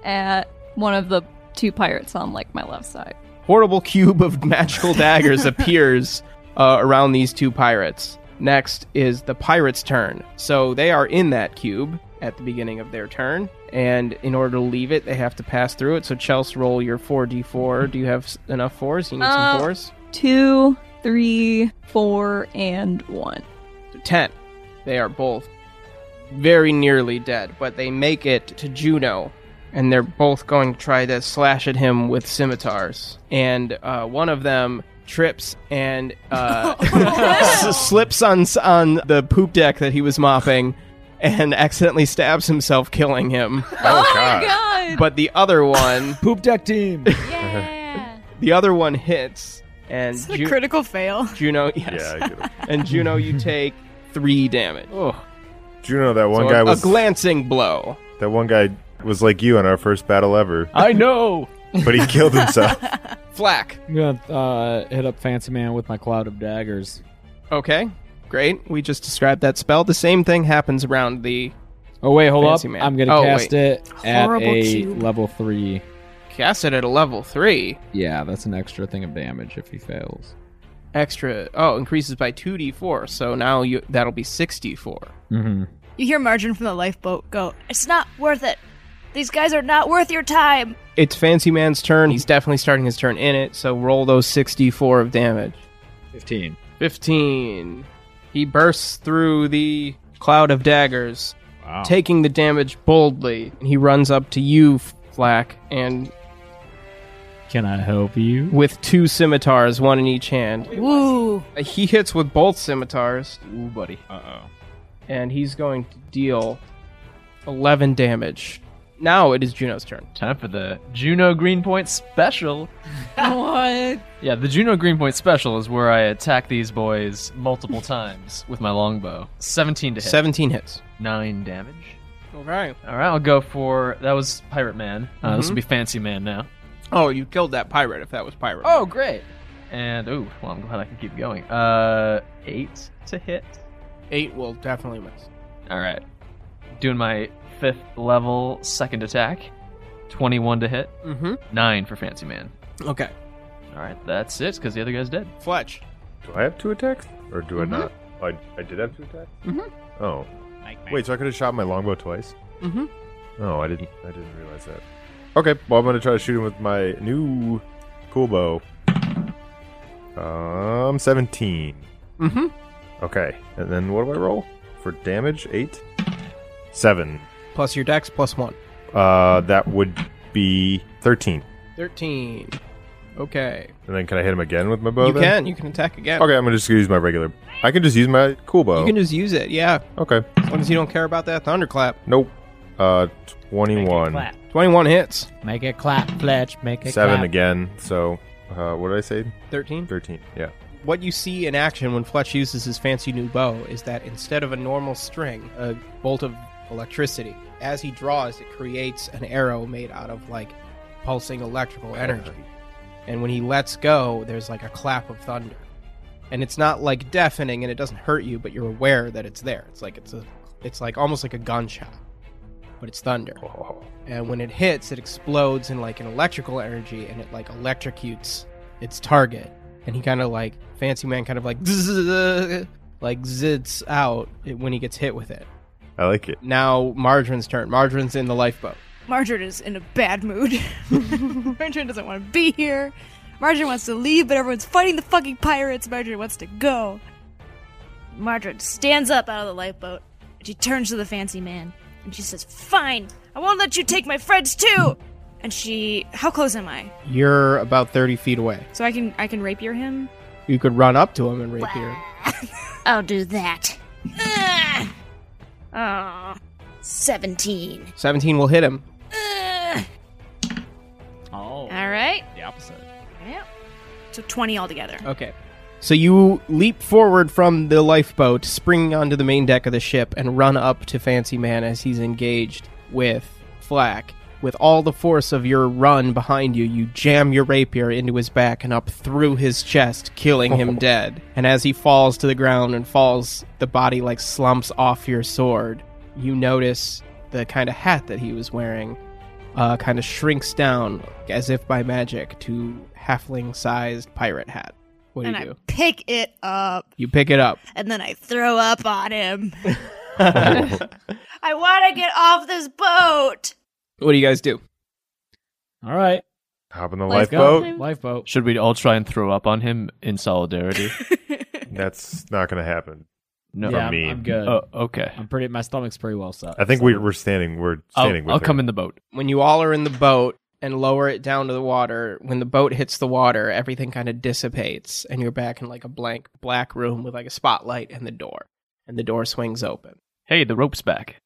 Speaker 8: at one of the two pirates on like my left side.
Speaker 1: Horrible cube of magical daggers appears uh, around these two pirates. Next is the pirate's turn. So they are in that cube at the beginning of their turn, and in order to leave it, they have to pass through it. So Chels, roll your 4d4. Do you have s- enough fours? You need
Speaker 8: Uh,
Speaker 1: some fours?
Speaker 8: Two, three, four, and one.
Speaker 1: 10. They are both very nearly dead, but they make it to Juno, and they're both going to try to slash at him with scimitars. And uh, one of them trips and uh, s- slips on, s- on the poop deck that he was mopping and accidentally stabs himself, killing him.
Speaker 7: Oh, God.
Speaker 8: God!
Speaker 1: But the other one,
Speaker 2: Poop deck team.
Speaker 8: Yeah.
Speaker 1: the other one hits, and
Speaker 4: Is that
Speaker 1: Ju-
Speaker 4: a critical fail?
Speaker 1: Juno, yes,
Speaker 7: Yeah, I get it.
Speaker 1: and Juno, you take three damage.
Speaker 7: Juno, that one
Speaker 1: So
Speaker 7: guy
Speaker 1: a-
Speaker 7: was
Speaker 1: a glancing blow.
Speaker 7: that one guy was like you in our first battle ever,
Speaker 5: I know.
Speaker 7: but he killed himself.
Speaker 1: Flack.
Speaker 2: I'm going to uh, hit up Fancy Man with my cloud of daggers.
Speaker 1: Okay, great. We just described that spell. The same thing happens around the
Speaker 2: Oh, wait, hold
Speaker 1: Fancy
Speaker 2: up.
Speaker 1: Man.
Speaker 2: I'm going to
Speaker 1: Oh,
Speaker 2: cast it at
Speaker 4: Horrible
Speaker 2: a
Speaker 4: cube.
Speaker 2: level 3.
Speaker 1: cast it at a level three.
Speaker 2: Yeah, that's an extra thing of damage if he fails.
Speaker 1: Extra oh increases by two d four. So now you that'll be six d four.
Speaker 2: Mm-hmm.
Speaker 4: You hear Margin from the lifeboat go,
Speaker 6: It's not worth it. These guys are not worth your time.
Speaker 1: It's Fancy Man's turn. He's definitely starting his turn in it. So roll those six d four of damage.
Speaker 2: 15.
Speaker 1: Fifteen. He bursts through the cloud of daggers,
Speaker 2: Wow.
Speaker 1: taking the damage boldly. He runs up to you, Flack, and
Speaker 2: Can I help you?
Speaker 1: with two scimitars, one in each hand.
Speaker 6: Woo.
Speaker 1: He hits with both scimitars.
Speaker 5: Ooh, buddy.
Speaker 1: and he's going to deal 11 damage. Now it is Juno's turn.
Speaker 5: Time for the Juno Greenpoint special.
Speaker 8: what?
Speaker 5: Yeah, the Juno Greenpoint special is where I attack these boys multiple times with my longbow. 17 to hit.
Speaker 1: 17 hits.
Speaker 5: 9 damage.
Speaker 1: Okay.
Speaker 5: All right, I'll go for. That was Pirate Man. Uh, This will be Fancy Man now.
Speaker 1: Oh, you killed that pirate if that was pirate.
Speaker 5: Oh, great. And, ooh, well, I'm glad I can keep going. Uh, 8 to hit.
Speaker 1: Eight will definitely miss.
Speaker 5: All right. Doing my fifth level second attack. 21 to hit.
Speaker 1: Mm-hmm.
Speaker 5: 9 for Fancy Man.
Speaker 1: Okay.
Speaker 5: All right, that's it, because the other guy's dead.
Speaker 1: Fletch.
Speaker 7: do I have two attacks, or do
Speaker 1: Mm-hmm.
Speaker 7: I not? Oh, I, I did have two attacks.
Speaker 1: Mhm.
Speaker 7: Oh, wait, so I could have shot my longbow twice?
Speaker 1: Mm-hmm.
Speaker 7: No, I didn't. I didn't realize that. Okay, well, I'm gonna try to shoot him with my new cool bow. Um, 17.
Speaker 1: Mm-hmm.
Speaker 7: Okay. And then what do I roll? For damage? Eight? Seven.
Speaker 1: Plus your dex plus one.
Speaker 7: Uh, that would be 13.
Speaker 1: Thirteen. Okay.
Speaker 7: And then can I hit him again with my bow
Speaker 1: you
Speaker 7: then?
Speaker 1: can. You can attack again.
Speaker 7: Okay, I'm gonna just use my regular. I can just use my cool bow.
Speaker 1: You can just use it. Yeah.
Speaker 7: okay.
Speaker 1: As long as you don't care about that thunderclap.
Speaker 7: Nope. Uh, 21.
Speaker 3: Clap.
Speaker 1: Twenty-one hits.
Speaker 3: Make it clap, Fletch. Make it
Speaker 7: Seven
Speaker 3: clap.
Speaker 7: again. So, uh, what did I say?
Speaker 1: Thirteen.
Speaker 7: 13. Yeah.
Speaker 1: What you see in action when Fletch uses his fancy new bow is that instead of a normal string, a bolt of electricity, as he draws, it creates an arrow made out of like pulsing electrical energy. And when he lets go, there's like a clap of thunder. And it's not like deafening and it doesn't hurt you, but you're aware that it's there. It's like it's a it's like almost like a gunshot. But it's thunder. And when it hits, it explodes in like an electrical energy and it like electrocutes its target and he kind of like fancy man kind of like zzz, like zits out when he gets hit with it.
Speaker 7: I like it.
Speaker 1: Now Margarine's turn. Margarine's in the lifeboat.
Speaker 4: Marjorie is in a bad mood. Marjorie doesn't want to be here. Marjorie wants to leave, but everyone's fighting the fucking pirates. Marjorie wants to go.
Speaker 6: Margaret stands up out of the lifeboat and she turns to the fancy man and she says, Fine, I won't let you take my friends too! And she. How close am I?
Speaker 1: You're about thirty feet away.
Speaker 4: So I can I can rapier him.
Speaker 1: You could run up to him and rapier. him.
Speaker 6: I'll do that. Ugh. Oh, 17.
Speaker 1: Seventeen will hit him.
Speaker 6: Ugh.
Speaker 3: Oh,
Speaker 6: All right.
Speaker 3: the opposite.
Speaker 6: Yep. So 20 altogether.
Speaker 1: Okay. So you leap forward from the lifeboat, spring onto the main deck of the ship, and run up to Fancy Man as he's engaged with Flack. With all the force of your run behind you, you jam your rapier into his back and up through his chest, killing him dead. And as he falls to the ground and falls, the body like slumps off your sword. You notice the kind of hat that he was wearing uh, kind of shrinks down as if by magic to halfling sized pirate hat. What do
Speaker 4: and
Speaker 1: you
Speaker 4: I
Speaker 1: do?
Speaker 4: pick it up
Speaker 1: You pick it up.
Speaker 4: and then I throw up on him.
Speaker 6: I want to get off this boat!
Speaker 1: What do you guys do?
Speaker 3: All right,
Speaker 7: Hop in the
Speaker 8: Let's
Speaker 7: lifeboat.
Speaker 8: go.
Speaker 3: lifeboat.
Speaker 5: Should we all try and throw up on him in solidarity?
Speaker 7: That's not gonna happen.
Speaker 5: No.
Speaker 3: yeah,
Speaker 7: For
Speaker 3: I'm,
Speaker 7: me.
Speaker 3: I'm good.
Speaker 5: Oh, okay.
Speaker 3: I'm pretty. My stomach's pretty well set.
Speaker 7: I think
Speaker 3: so-
Speaker 7: we, we're standing. We're
Speaker 5: I'll,
Speaker 7: standing. with
Speaker 5: Oh, I'll
Speaker 7: her.
Speaker 5: come in the boat.
Speaker 1: When you all are in the boat and lower it down to the water, when the boat hits the water, everything kind of dissipates and you're back in like a blank black room with like a spotlight and the door. And the door swings open
Speaker 5: Hey, the rope's back.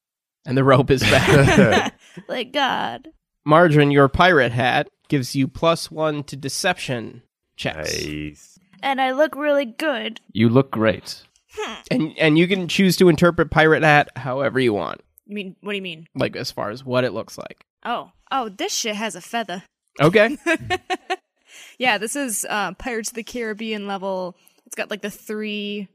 Speaker 1: and the rope is back.
Speaker 6: Like, God.
Speaker 1: Margarine, your pirate hat gives you plus one to deception checks.
Speaker 7: Nice.
Speaker 6: And I look really good.
Speaker 5: You look great.
Speaker 1: And and you can choose to interpret pirate hat however you want,
Speaker 6: I mean, what do you mean?
Speaker 1: like as far as what it looks like.
Speaker 6: Oh, oh, this shit has a feather.
Speaker 1: Okay.
Speaker 4: yeah, this is uh, Pirates of the Caribbean level. It's got like the three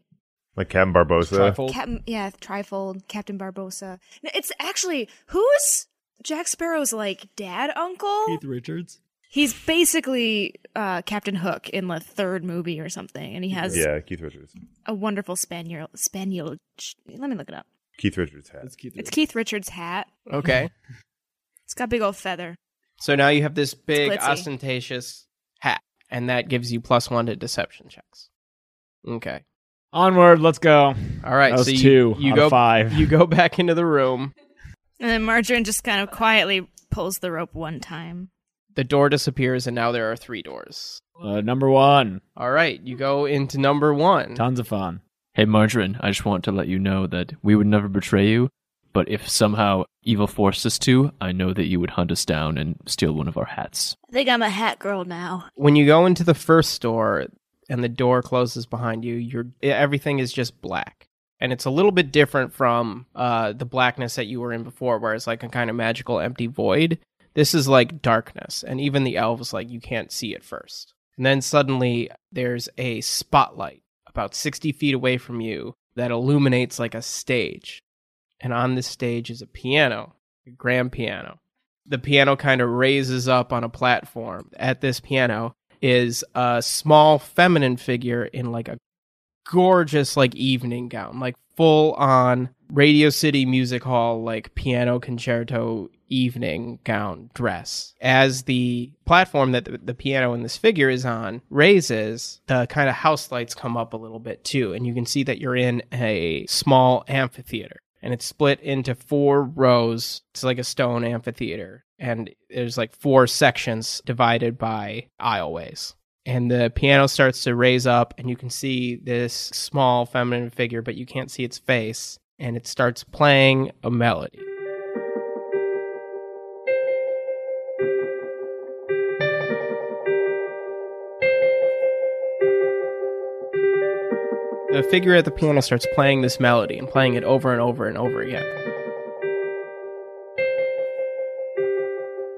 Speaker 7: Like Captain Barbosa.
Speaker 3: Trifold.
Speaker 4: Captain, yeah, Trifold, Captain Barbosa. No, It's actually who's Jack Sparrow's like dad uncle?
Speaker 3: Keith Richards.
Speaker 4: He's basically uh, Captain Hook in the third movie or something, and he has
Speaker 7: Yeah, Keith Richards.
Speaker 4: a wonderful spaniel. Spaniel. sh- Let me look it up.
Speaker 7: Keith Richards hat.
Speaker 3: That's Keith.
Speaker 4: It's
Speaker 3: Richards.
Speaker 4: Keith Richards' hat.
Speaker 1: okay.
Speaker 4: It's got big old feather.
Speaker 1: So now you have this big
Speaker 4: glitzy.
Speaker 1: ostentatious hat, and that gives you plus one to deception checks. Okay.
Speaker 3: Onward. Let's go.
Speaker 1: All right.
Speaker 3: that was
Speaker 1: so you,
Speaker 3: two.
Speaker 1: you
Speaker 3: out
Speaker 1: go
Speaker 3: of five.
Speaker 1: you go back into the room.
Speaker 6: And then Margarine just kind of quietly pulls the rope one time.
Speaker 1: The door disappears, and now there are three doors.
Speaker 3: Uh, number one.
Speaker 1: All right, you go into number one.
Speaker 3: Tons of fun.
Speaker 5: Hey, Margarine, I just want to let you know that we would never betray you, but if somehow evil forced us to, I know that you would hunt us down and steal one of our hats.
Speaker 6: I think I'm a hat girl now.
Speaker 1: When you go into the first door, and the door closes behind you, you're e, everything is just black, and it's a little bit different from uh, the blackness that you were in before, where it's like a kind of magical empty void. This is like darkness, and even the elves like you can't see at first. And then suddenly there's a spotlight about sixty feet away from you that illuminates like a stage, and on this stage is a piano, a grand piano. The piano kind of raises up on a platform. At this piano, is a small feminine figure in like a gorgeous like evening gown, like full on Radio City Music Hall like piano concerto evening gown dress. As the platform that the, the piano in this figure is on raises, the kind of house lights come up a little bit too, and you can see that you're in a small amphitheater. And it's split into four rows. It's like a stone amphitheater. And there's like four sections divided by aisleways and the piano starts to raise up and you can see this small feminine figure but you can't see its face and it starts playing a melody The figure at the piano starts playing this melody and playing it over and over and over again.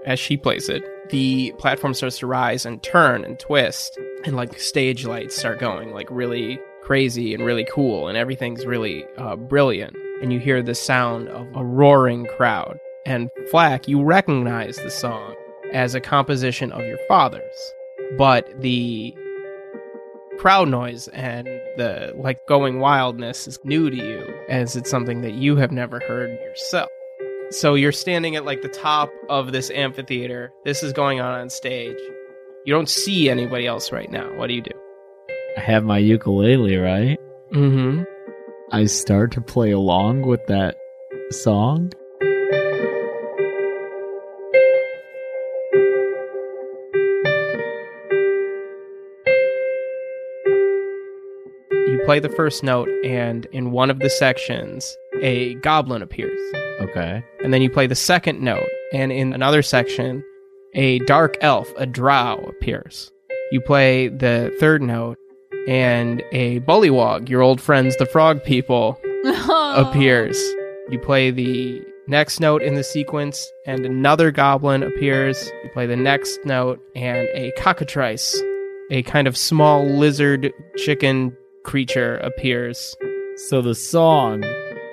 Speaker 1: As she plays it, the platform starts to rise and turn and twist and like stage lights start going like really crazy and really cool and everything's really uh, brilliant and you hear the sound of a roaring crowd and flack you recognize the song as a composition of your father's but the crowd noise and the like going wildness is new to you as it's something that you have never heard yourself so you're standing at like the top of this amphitheater. This is going on on stage. You don't see anybody else right now. What do you do?
Speaker 3: I have my ukulele, right?
Speaker 1: Mm-hmm.
Speaker 3: I start to play along with that song.
Speaker 1: You play the first note, and in one of the sections, a goblin appears.
Speaker 3: Okay.
Speaker 1: And then you play the second note, and in another section, a dark elf, a drow, appears. You play the third note, and a bullywog, your old friends, the frog people, appears. You play the next note in the sequence, and another goblin appears. You play the next note, and a cockatrice, a kind of small lizard chicken creature, appears.
Speaker 3: So the song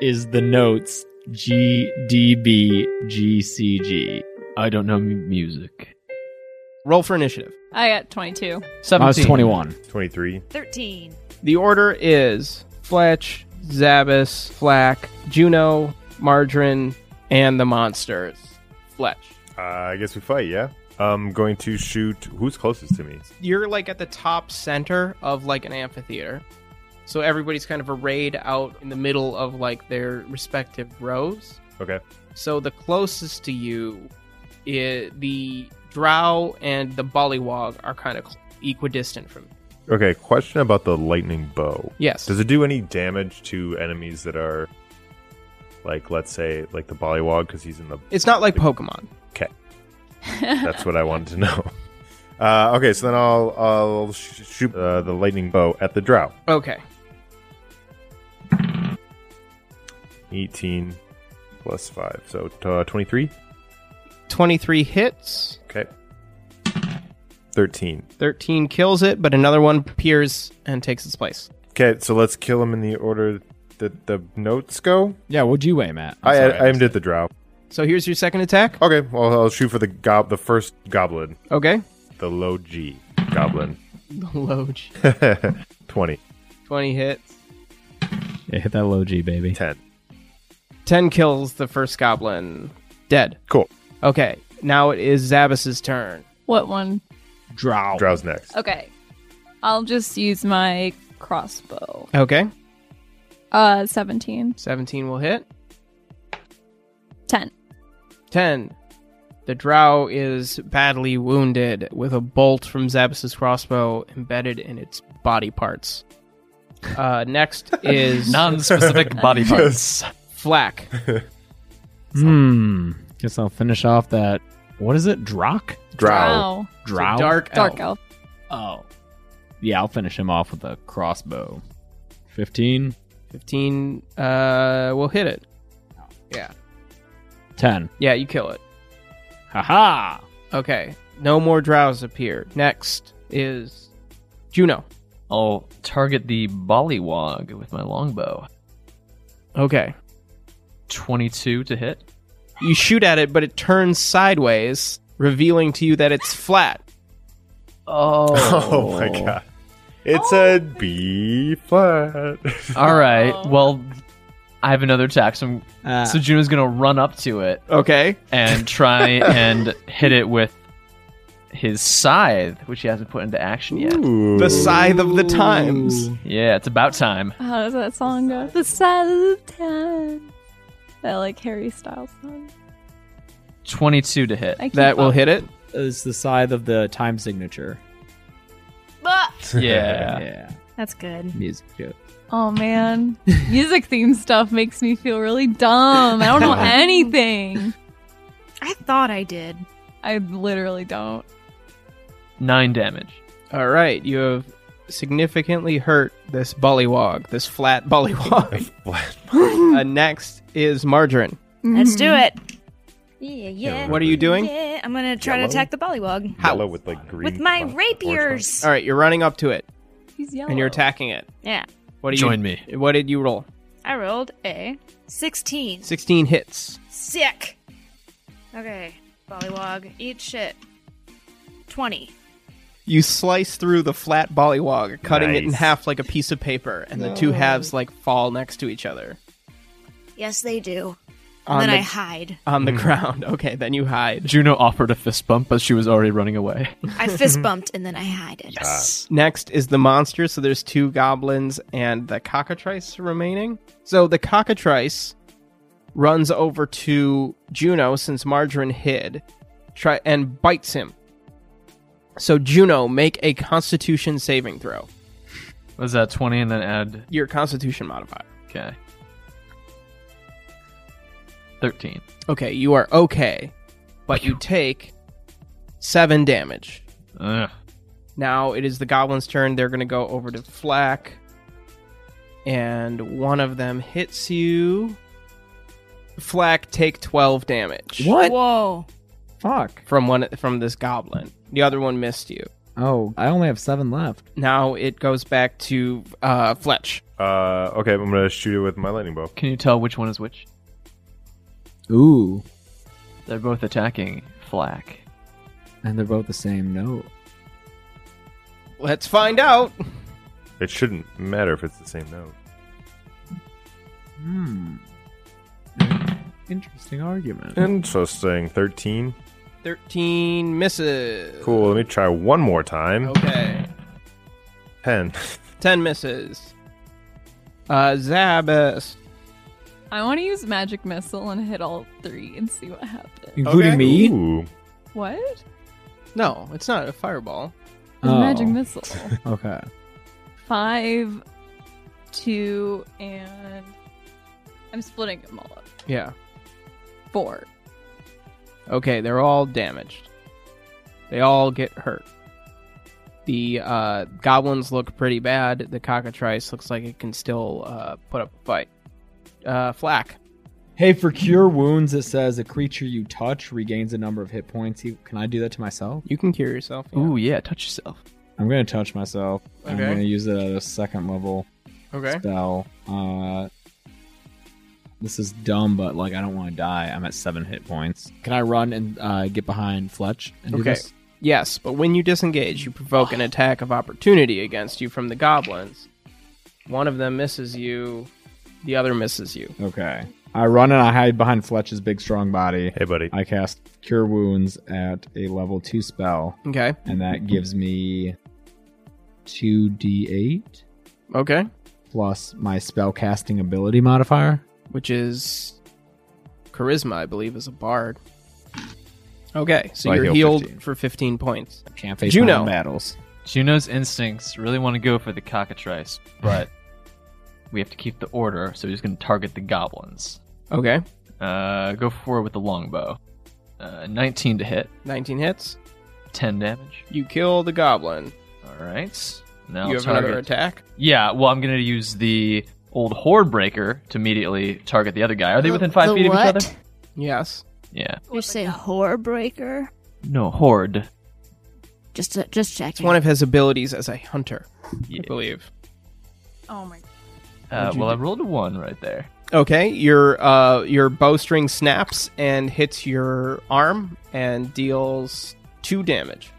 Speaker 3: is the notes G D B G C G.
Speaker 5: I don't know mu- music.
Speaker 1: Roll for initiative.
Speaker 8: I got 22.
Speaker 5: 17.
Speaker 3: I was 21.
Speaker 7: 23.
Speaker 4: 13.
Speaker 1: The order is Fletch, Zabas, Flack, Juno, Margarine, and the monsters. Fletch.
Speaker 7: Uh, I guess we fight, yeah? I'm going to shoot. Who's closest to me?
Speaker 1: You're like at the top center of like an amphitheater. So everybody's kind of arrayed out in the middle of like their respective rows.
Speaker 7: Okay.
Speaker 1: So the closest to you, is the Drow and the Bollywog are kind of equidistant from. You.
Speaker 7: Okay. Question about the lightning bow.
Speaker 1: Yes.
Speaker 7: Does it do any damage to enemies that are, like, let's say, like the Bollywog because he's in the?
Speaker 1: It's not like Pokemon.
Speaker 7: Okay. That's what I wanted to know. Uh, okay, so then I'll I'll sh- shoot uh, the lightning bow at the Drow.
Speaker 1: Okay.
Speaker 7: 18 plus 5. So uh, 23?
Speaker 1: 23 hits.
Speaker 7: Okay. 13.
Speaker 1: 13 kills it, but another one appears and takes its place.
Speaker 7: Okay, so let's kill him in the order that the notes go.
Speaker 3: Yeah, what'd you aim at?
Speaker 7: i sorry, I, aimed at the drow.
Speaker 1: So here's your second attack.
Speaker 7: Okay, well, I'll shoot for the gob- the first goblin,
Speaker 1: Okay.
Speaker 7: the low G goblin.
Speaker 1: The Loge.
Speaker 7: 20,
Speaker 1: 20 hits.
Speaker 3: Yeah, hit that low G, baby.
Speaker 7: 10.
Speaker 1: 10 kills the first goblin. Dead.
Speaker 7: Cool.
Speaker 1: Okay. Now it is Zabas's turn.
Speaker 8: What one?
Speaker 3: Drow.
Speaker 7: Drow's next.
Speaker 6: Oh,
Speaker 8: Okay. I'll just use my crossbow.
Speaker 1: Okay.
Speaker 8: Uh, 17.
Speaker 1: 17 will hit.
Speaker 8: 10.
Speaker 1: 10. The drow is badly wounded with a bolt from Zabas's crossbow embedded in its body parts. Uh, next is
Speaker 5: Non-specific body parts.
Speaker 1: Flack.
Speaker 3: Hmm. Guess I'll finish off that. What is it? Drock?
Speaker 7: Drow.
Speaker 8: Wow.
Speaker 3: Drow?
Speaker 1: Dark,
Speaker 8: Dark
Speaker 1: elf.
Speaker 8: elf.
Speaker 3: Oh. Yeah, I'll finish him off with a crossbow. 15,
Speaker 1: 15 uh, will hit it.
Speaker 3: 10.
Speaker 1: Yeah, you kill it.
Speaker 3: Haha.
Speaker 1: Okay. No more drows appear. Next is Juno.
Speaker 5: I'll target the Bollywog with my longbow.
Speaker 1: Okay.
Speaker 5: 22 to hit.
Speaker 1: You shoot at it, but it turns sideways, revealing to you that it's flat.
Speaker 5: Oh.
Speaker 7: Oh my god.
Speaker 6: Oh.
Speaker 7: It said B flat.
Speaker 5: All right. Well, I have another attack. So, I'm,
Speaker 10: Uh,
Speaker 5: so Juno's gonna run up to it
Speaker 1: Okay.
Speaker 5: and try and hit it with his scythe, which he hasn't put into action yet.
Speaker 1: The scythe of the times.
Speaker 5: Yeah, it's about time.
Speaker 8: How does that song go? The Sultan. That like Harry Styles song.
Speaker 5: Twenty-two to hit.
Speaker 8: I keep
Speaker 1: That will
Speaker 8: up.
Speaker 1: hit it.
Speaker 3: It's the scythe of the time signature.
Speaker 6: Bah!
Speaker 5: Yeah.
Speaker 3: Yeah.
Speaker 6: That's good.
Speaker 3: Music joke.
Speaker 8: Oh man, music theme stuff makes me feel really dumb. I don't know anything.
Speaker 6: I thought I did.
Speaker 8: I literally don't.
Speaker 5: Nine damage.
Speaker 1: All right, you have significantly hurt this bullywog, this flat bullywog. uh, next is Margarine.
Speaker 6: Let's do it. Mm-hmm. Yeah, yeah.
Speaker 7: Yeah,
Speaker 1: What are you doing?
Speaker 6: Yeah, I'm gonna try
Speaker 7: Yellow?
Speaker 6: to attack the Bollywog
Speaker 1: How-
Speaker 7: Yellow with like green.
Speaker 6: with my
Speaker 7: spots, orange
Speaker 6: rapiers.
Speaker 1: All right, you're running up to it
Speaker 8: He's yellow.
Speaker 1: and you're attacking it.
Speaker 6: Yeah,
Speaker 1: What do you
Speaker 11: Join me.
Speaker 1: What did you roll?
Speaker 6: I rolled a 16.
Speaker 1: 16 hits.
Speaker 6: Sick. Okay, Bollywog, eat shit. 20.
Speaker 1: You slice through the flat bullywog, cutting it in
Speaker 7: Nice.
Speaker 1: half like a piece of paper, and the two halves like fall next to each other
Speaker 6: Yes, they do. And
Speaker 1: on
Speaker 6: then
Speaker 1: the
Speaker 6: I hide.
Speaker 1: on
Speaker 11: Hmm.
Speaker 1: the ground. Okay, then you hide.
Speaker 11: Juno offered a fist bump, but she was already running away.
Speaker 6: I fist bumped and then I hide it.
Speaker 1: Next is the monster. So there's two goblins and the cockatrice remaining. So the cockatrice runs over to Juno since Margarine hid, try and bites him. So Juno, make a Constitution saving throw.
Speaker 5: Was that twenty and then add?
Speaker 1: Your Constitution modifier.
Speaker 5: Okay. Thirteen.
Speaker 1: Okay, you are okay, but you take seven damage.
Speaker 5: Ugh.
Speaker 1: Now it is the goblin's turn. They're going to go over to Flack. And one of them hits you. Flack, take 12 damage.
Speaker 3: What?
Speaker 6: Whoa.
Speaker 3: Fuck.
Speaker 1: From one from this goblin. The other one missed you.
Speaker 3: Oh, I only have seven left.
Speaker 1: Now it goes back to uh, Fletch.
Speaker 7: Uh, okay, I'm gonna shoot it with my lightning bow.
Speaker 5: Can you tell which one is which?
Speaker 3: Ooh.
Speaker 5: They're both attacking Flack.
Speaker 3: And they're both the same note.
Speaker 1: Let's find out.
Speaker 7: It shouldn't matter if it's the same note.
Speaker 3: Hmm. Interesting argument.
Speaker 7: Interesting. Thirteen.
Speaker 1: 13 misses.
Speaker 7: Cool. Let me try one more time.
Speaker 1: Okay.
Speaker 7: Ten.
Speaker 1: 10 misses. Uh, Zabas.
Speaker 8: I want to use magic missile and hit all three and see what happens.
Speaker 3: Including
Speaker 1: Okay.
Speaker 3: me?
Speaker 7: Ooh.
Speaker 8: What?
Speaker 1: No, it's not a fireball.
Speaker 8: The Magic
Speaker 3: Oh.
Speaker 8: missile.
Speaker 3: Okay.
Speaker 8: Five, two, and I'm splitting them all up.
Speaker 1: Yeah.
Speaker 8: Four.
Speaker 1: Okay, they're all damaged. They all get hurt. The uh, goblins look pretty bad. The cockatrice looks like it can still uh, put up a fight. Uh, Flack.
Speaker 3: Hey, for cure wounds, it says a creature you touch regains a number of hit points. You- Can I do that to myself?
Speaker 1: You can cure yourself. yeah.
Speaker 5: Ooh yeah, touch yourself.
Speaker 3: I'm gonna touch myself. I'm
Speaker 1: Okay.
Speaker 3: gonna use it at a second level
Speaker 1: Okay.
Speaker 3: spell. Uh, this is dumb, but like I don't want to die. I'm at seven hit points. Can I run and uh, get behind Fletch? And do
Speaker 1: Okay.
Speaker 3: this?
Speaker 1: Yes, but when you disengage, you provoke an attack of opportunity against you from the goblins. One of them misses you, the other misses you.
Speaker 3: Okay. I run and I hide behind Fletch's big strong body.
Speaker 7: Hey, buddy.
Speaker 3: I cast Cure Wounds at a level two spell,
Speaker 1: Okay.
Speaker 3: and that gives me two d8
Speaker 1: Okay.
Speaker 3: plus my spell casting ability modifier.
Speaker 1: Which is charisma, I believe, is a bard. Okay, so
Speaker 3: So I
Speaker 1: you're
Speaker 3: heal
Speaker 1: healed
Speaker 3: 15.
Speaker 1: for 15 points.
Speaker 3: Can't face
Speaker 1: Juno.
Speaker 3: Juno. battles.
Speaker 5: Juno's instincts really want to go for the cockatrice, but we have to keep the order, so he's going to target the goblins.
Speaker 1: Okay.
Speaker 5: Uh, go forward with the longbow. Uh, 19 to hit,
Speaker 1: 19 hits.
Speaker 5: 10 damage.
Speaker 1: You kill the goblin.
Speaker 5: All right. Now
Speaker 1: you have
Speaker 5: target.
Speaker 1: another attack.
Speaker 5: Yeah, well, I'm going to use the old horde breaker to immediately target the other guy. Are they
Speaker 6: The-
Speaker 5: within five
Speaker 6: the
Speaker 5: feet
Speaker 6: what?
Speaker 5: of each other?
Speaker 1: Yes.
Speaker 5: Yeah.
Speaker 6: You say whore breaker?
Speaker 5: No horde.
Speaker 6: Just, uh, just
Speaker 1: It's
Speaker 6: checking.
Speaker 1: one of his abilities as a hunter,
Speaker 5: Yeah.
Speaker 1: I believe.
Speaker 8: Oh my.
Speaker 5: Uh, well, I rolled a one right there.
Speaker 1: Okay, your uh your bowstring snaps and hits your arm and deals 2 damage.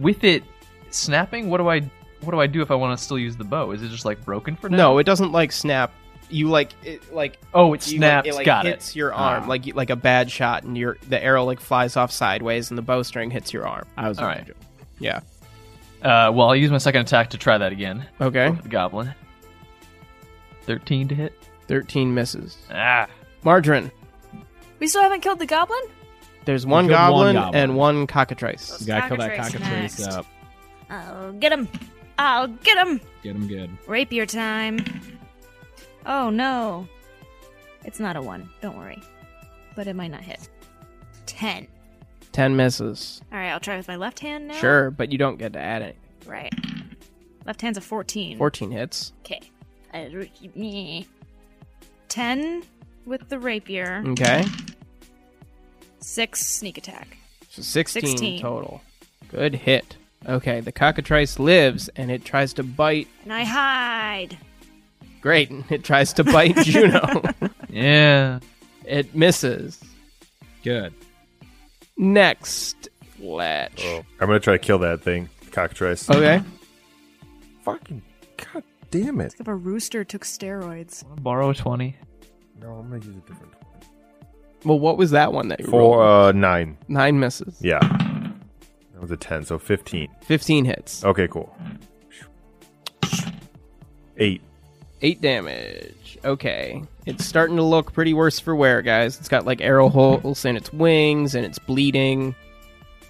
Speaker 5: With it snapping, what do I? What do I do if I want to still use the bow? Is it just like broken for now?
Speaker 1: No, it doesn't like snap you like it, like
Speaker 12: Oh, it
Speaker 1: you, like,
Speaker 12: snaps.
Speaker 1: it like
Speaker 12: Got
Speaker 1: hits
Speaker 12: it.
Speaker 1: your arm like like a bad shot, and your the arrow like flies off sideways, and the bowstring hits your arm.
Speaker 2: I was
Speaker 12: All
Speaker 2: right.
Speaker 12: right.
Speaker 1: Yeah.
Speaker 12: Uh, well, I'll use my second attack to try that again.
Speaker 1: Okay,
Speaker 12: Over the goblin. 13 to hit.
Speaker 1: thirteen misses.
Speaker 12: Ah.
Speaker 1: Margarine,
Speaker 6: We still haven't killed the goblin?
Speaker 1: there's one
Speaker 2: killed one
Speaker 1: goblin,
Speaker 2: goblin.
Speaker 1: and one cockatrice.
Speaker 2: You gotta kill that
Speaker 6: Cockatrice
Speaker 2: cockatrice
Speaker 6: next.
Speaker 2: up.
Speaker 6: I'll get him. I'll get him.
Speaker 2: Get him good.
Speaker 6: Rapier time. Oh no. It's not a one. Don't worry. But it might not hit. Ten.
Speaker 1: Ten misses.
Speaker 6: All right, I'll try with my left hand now.
Speaker 1: Sure, but you don't get to add it.
Speaker 6: Right. Left hand's a 14.
Speaker 1: Fourteen hits.
Speaker 6: Okay. I- meh. Ten with the rapier.
Speaker 1: Okay,
Speaker 6: Six sneak attack.
Speaker 1: so 16,
Speaker 6: 16.
Speaker 1: total. Good hit. Okay, the cockatrice lives, and it tries to bite.
Speaker 6: And I hide.
Speaker 1: Great, it tries to bite Juno.
Speaker 12: Yeah.
Speaker 1: It misses.
Speaker 2: Good.
Speaker 1: Next, Fletch.
Speaker 7: Oh, I'm gonna try to kill that thing, cockatrice.
Speaker 1: Okay.
Speaker 7: Fucking god damn it!
Speaker 4: It's like if a rooster took steroids.
Speaker 12: Borrow a 20.
Speaker 7: No, I'm gonna use a different one.
Speaker 1: Well, what was that one that you
Speaker 7: Four,
Speaker 1: rolled?
Speaker 7: uh, nine.
Speaker 1: Nine misses.
Speaker 7: Yeah, that was a ten, so fifteen.
Speaker 1: 15 hits.
Speaker 7: Okay, cool. Eight.
Speaker 1: Eight damage. Okay. It's starting to look pretty worse for wear, guys. It's got like arrow holes in its wings and it's bleeding.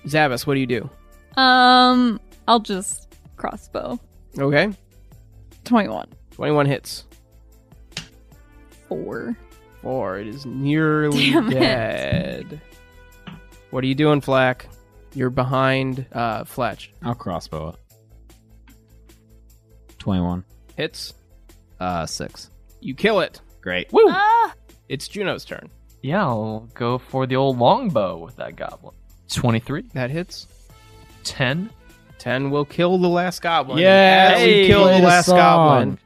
Speaker 1: Zavis, what do you do?
Speaker 8: Um, I'll just crossbow.
Speaker 1: Okay.
Speaker 8: 21.
Speaker 1: 21 hits.
Speaker 8: 4.
Speaker 1: Four. It is nearly
Speaker 8: Damn it.
Speaker 1: dead. What are you doing, Flack? You're behind uh, Fletch.
Speaker 2: I'll crossbow it. 21.
Speaker 1: Hits.
Speaker 2: Uh, 6.
Speaker 1: You kill it.
Speaker 2: Great.
Speaker 12: Woo!
Speaker 8: Ah.
Speaker 1: It's Juno's turn.
Speaker 12: yeah, I'll go for the old longbow with that goblin. 23.
Speaker 1: That hits.
Speaker 12: 10.
Speaker 1: 10 will kill the last goblin.
Speaker 2: Yeah,
Speaker 1: As we
Speaker 2: hey,
Speaker 1: kill
Speaker 2: play
Speaker 1: the
Speaker 2: the
Speaker 1: last
Speaker 2: song.
Speaker 1: goblin.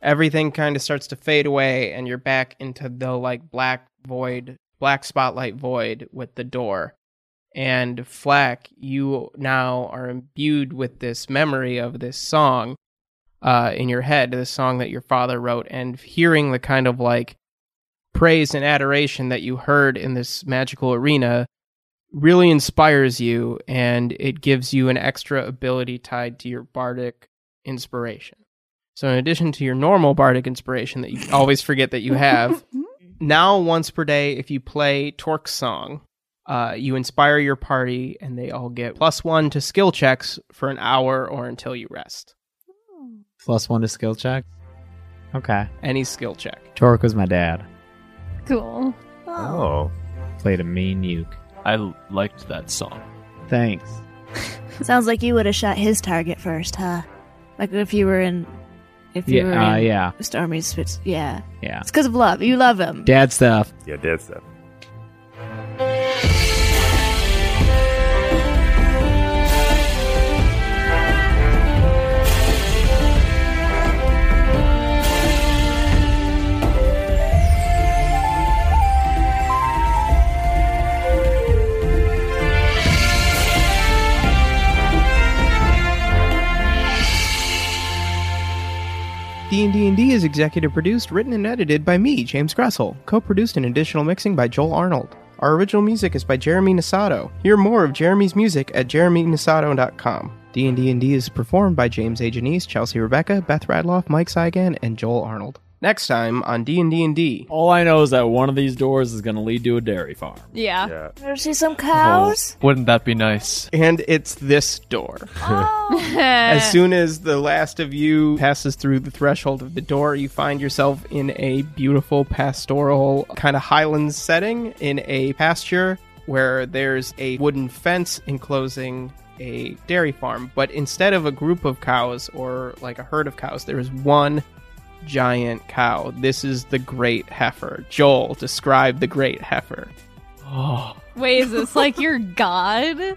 Speaker 1: Everything kind of starts to fade away, and you're back into the like black void, black spotlight void with the door. And Flack, you now are imbued with this memory of this song uh, in your head, this song that your father wrote, and hearing the kind of like praise and adoration that you heard in this magical arena really inspires you and it gives you an extra ability tied to your bardic inspiration. So, in addition to your normal bardic inspiration that you always forget that you have, now once per day, if you play Torque's song, uh, you inspire your party and they all get plus one to skill checks for an hour or until you rest.
Speaker 2: Plus 1 to skill check. Okay.
Speaker 1: Any skill check.
Speaker 2: Torque was my dad.
Speaker 8: Cool.
Speaker 7: Oh,
Speaker 2: Played a mean nuke.
Speaker 5: I l- liked that song.
Speaker 2: Thanks.
Speaker 6: Sounds like you would have shot his target first, huh? Like if you were in. If you were
Speaker 2: Yeah, uh,
Speaker 6: in
Speaker 2: yeah,
Speaker 6: Stormy's Fitz. Yeah.
Speaker 2: yeah.
Speaker 6: It's because of love. You love him.
Speaker 2: Dad stuff.
Speaker 7: yeah, dead stuff.
Speaker 1: D&D and D is executive produced, written, and edited by me, James Gressel. Co-produced and additional mixing by Joel Arnold. Our original music is by Jeremy Nisato. Hear more of Jeremy's music at jeremynisato.com. D&D and D is performed by James A. Janice, Chelsea Rebecca, Beth Radloff, Mike Saigan, and Joel Arnold. Next time on D&D and D.
Speaker 2: All I know is that one of these doors is going to lead to a dairy farm.
Speaker 8: Yeah.
Speaker 7: Yeah.
Speaker 6: Ever see some cows?
Speaker 12: Wouldn't that be nice?
Speaker 1: And it's this door.
Speaker 6: Oh.
Speaker 1: As soon as the last of you passes through the threshold of the door, you find yourself in a beautiful pastoral kind of highlands setting in a pasture where there's a wooden fence enclosing a dairy farm. But instead of a group of cows or like a herd of cows, there is one giant cow. This is the great heifer. Joel, describe the great heifer.
Speaker 12: Oh,
Speaker 8: Wait, is this like your god?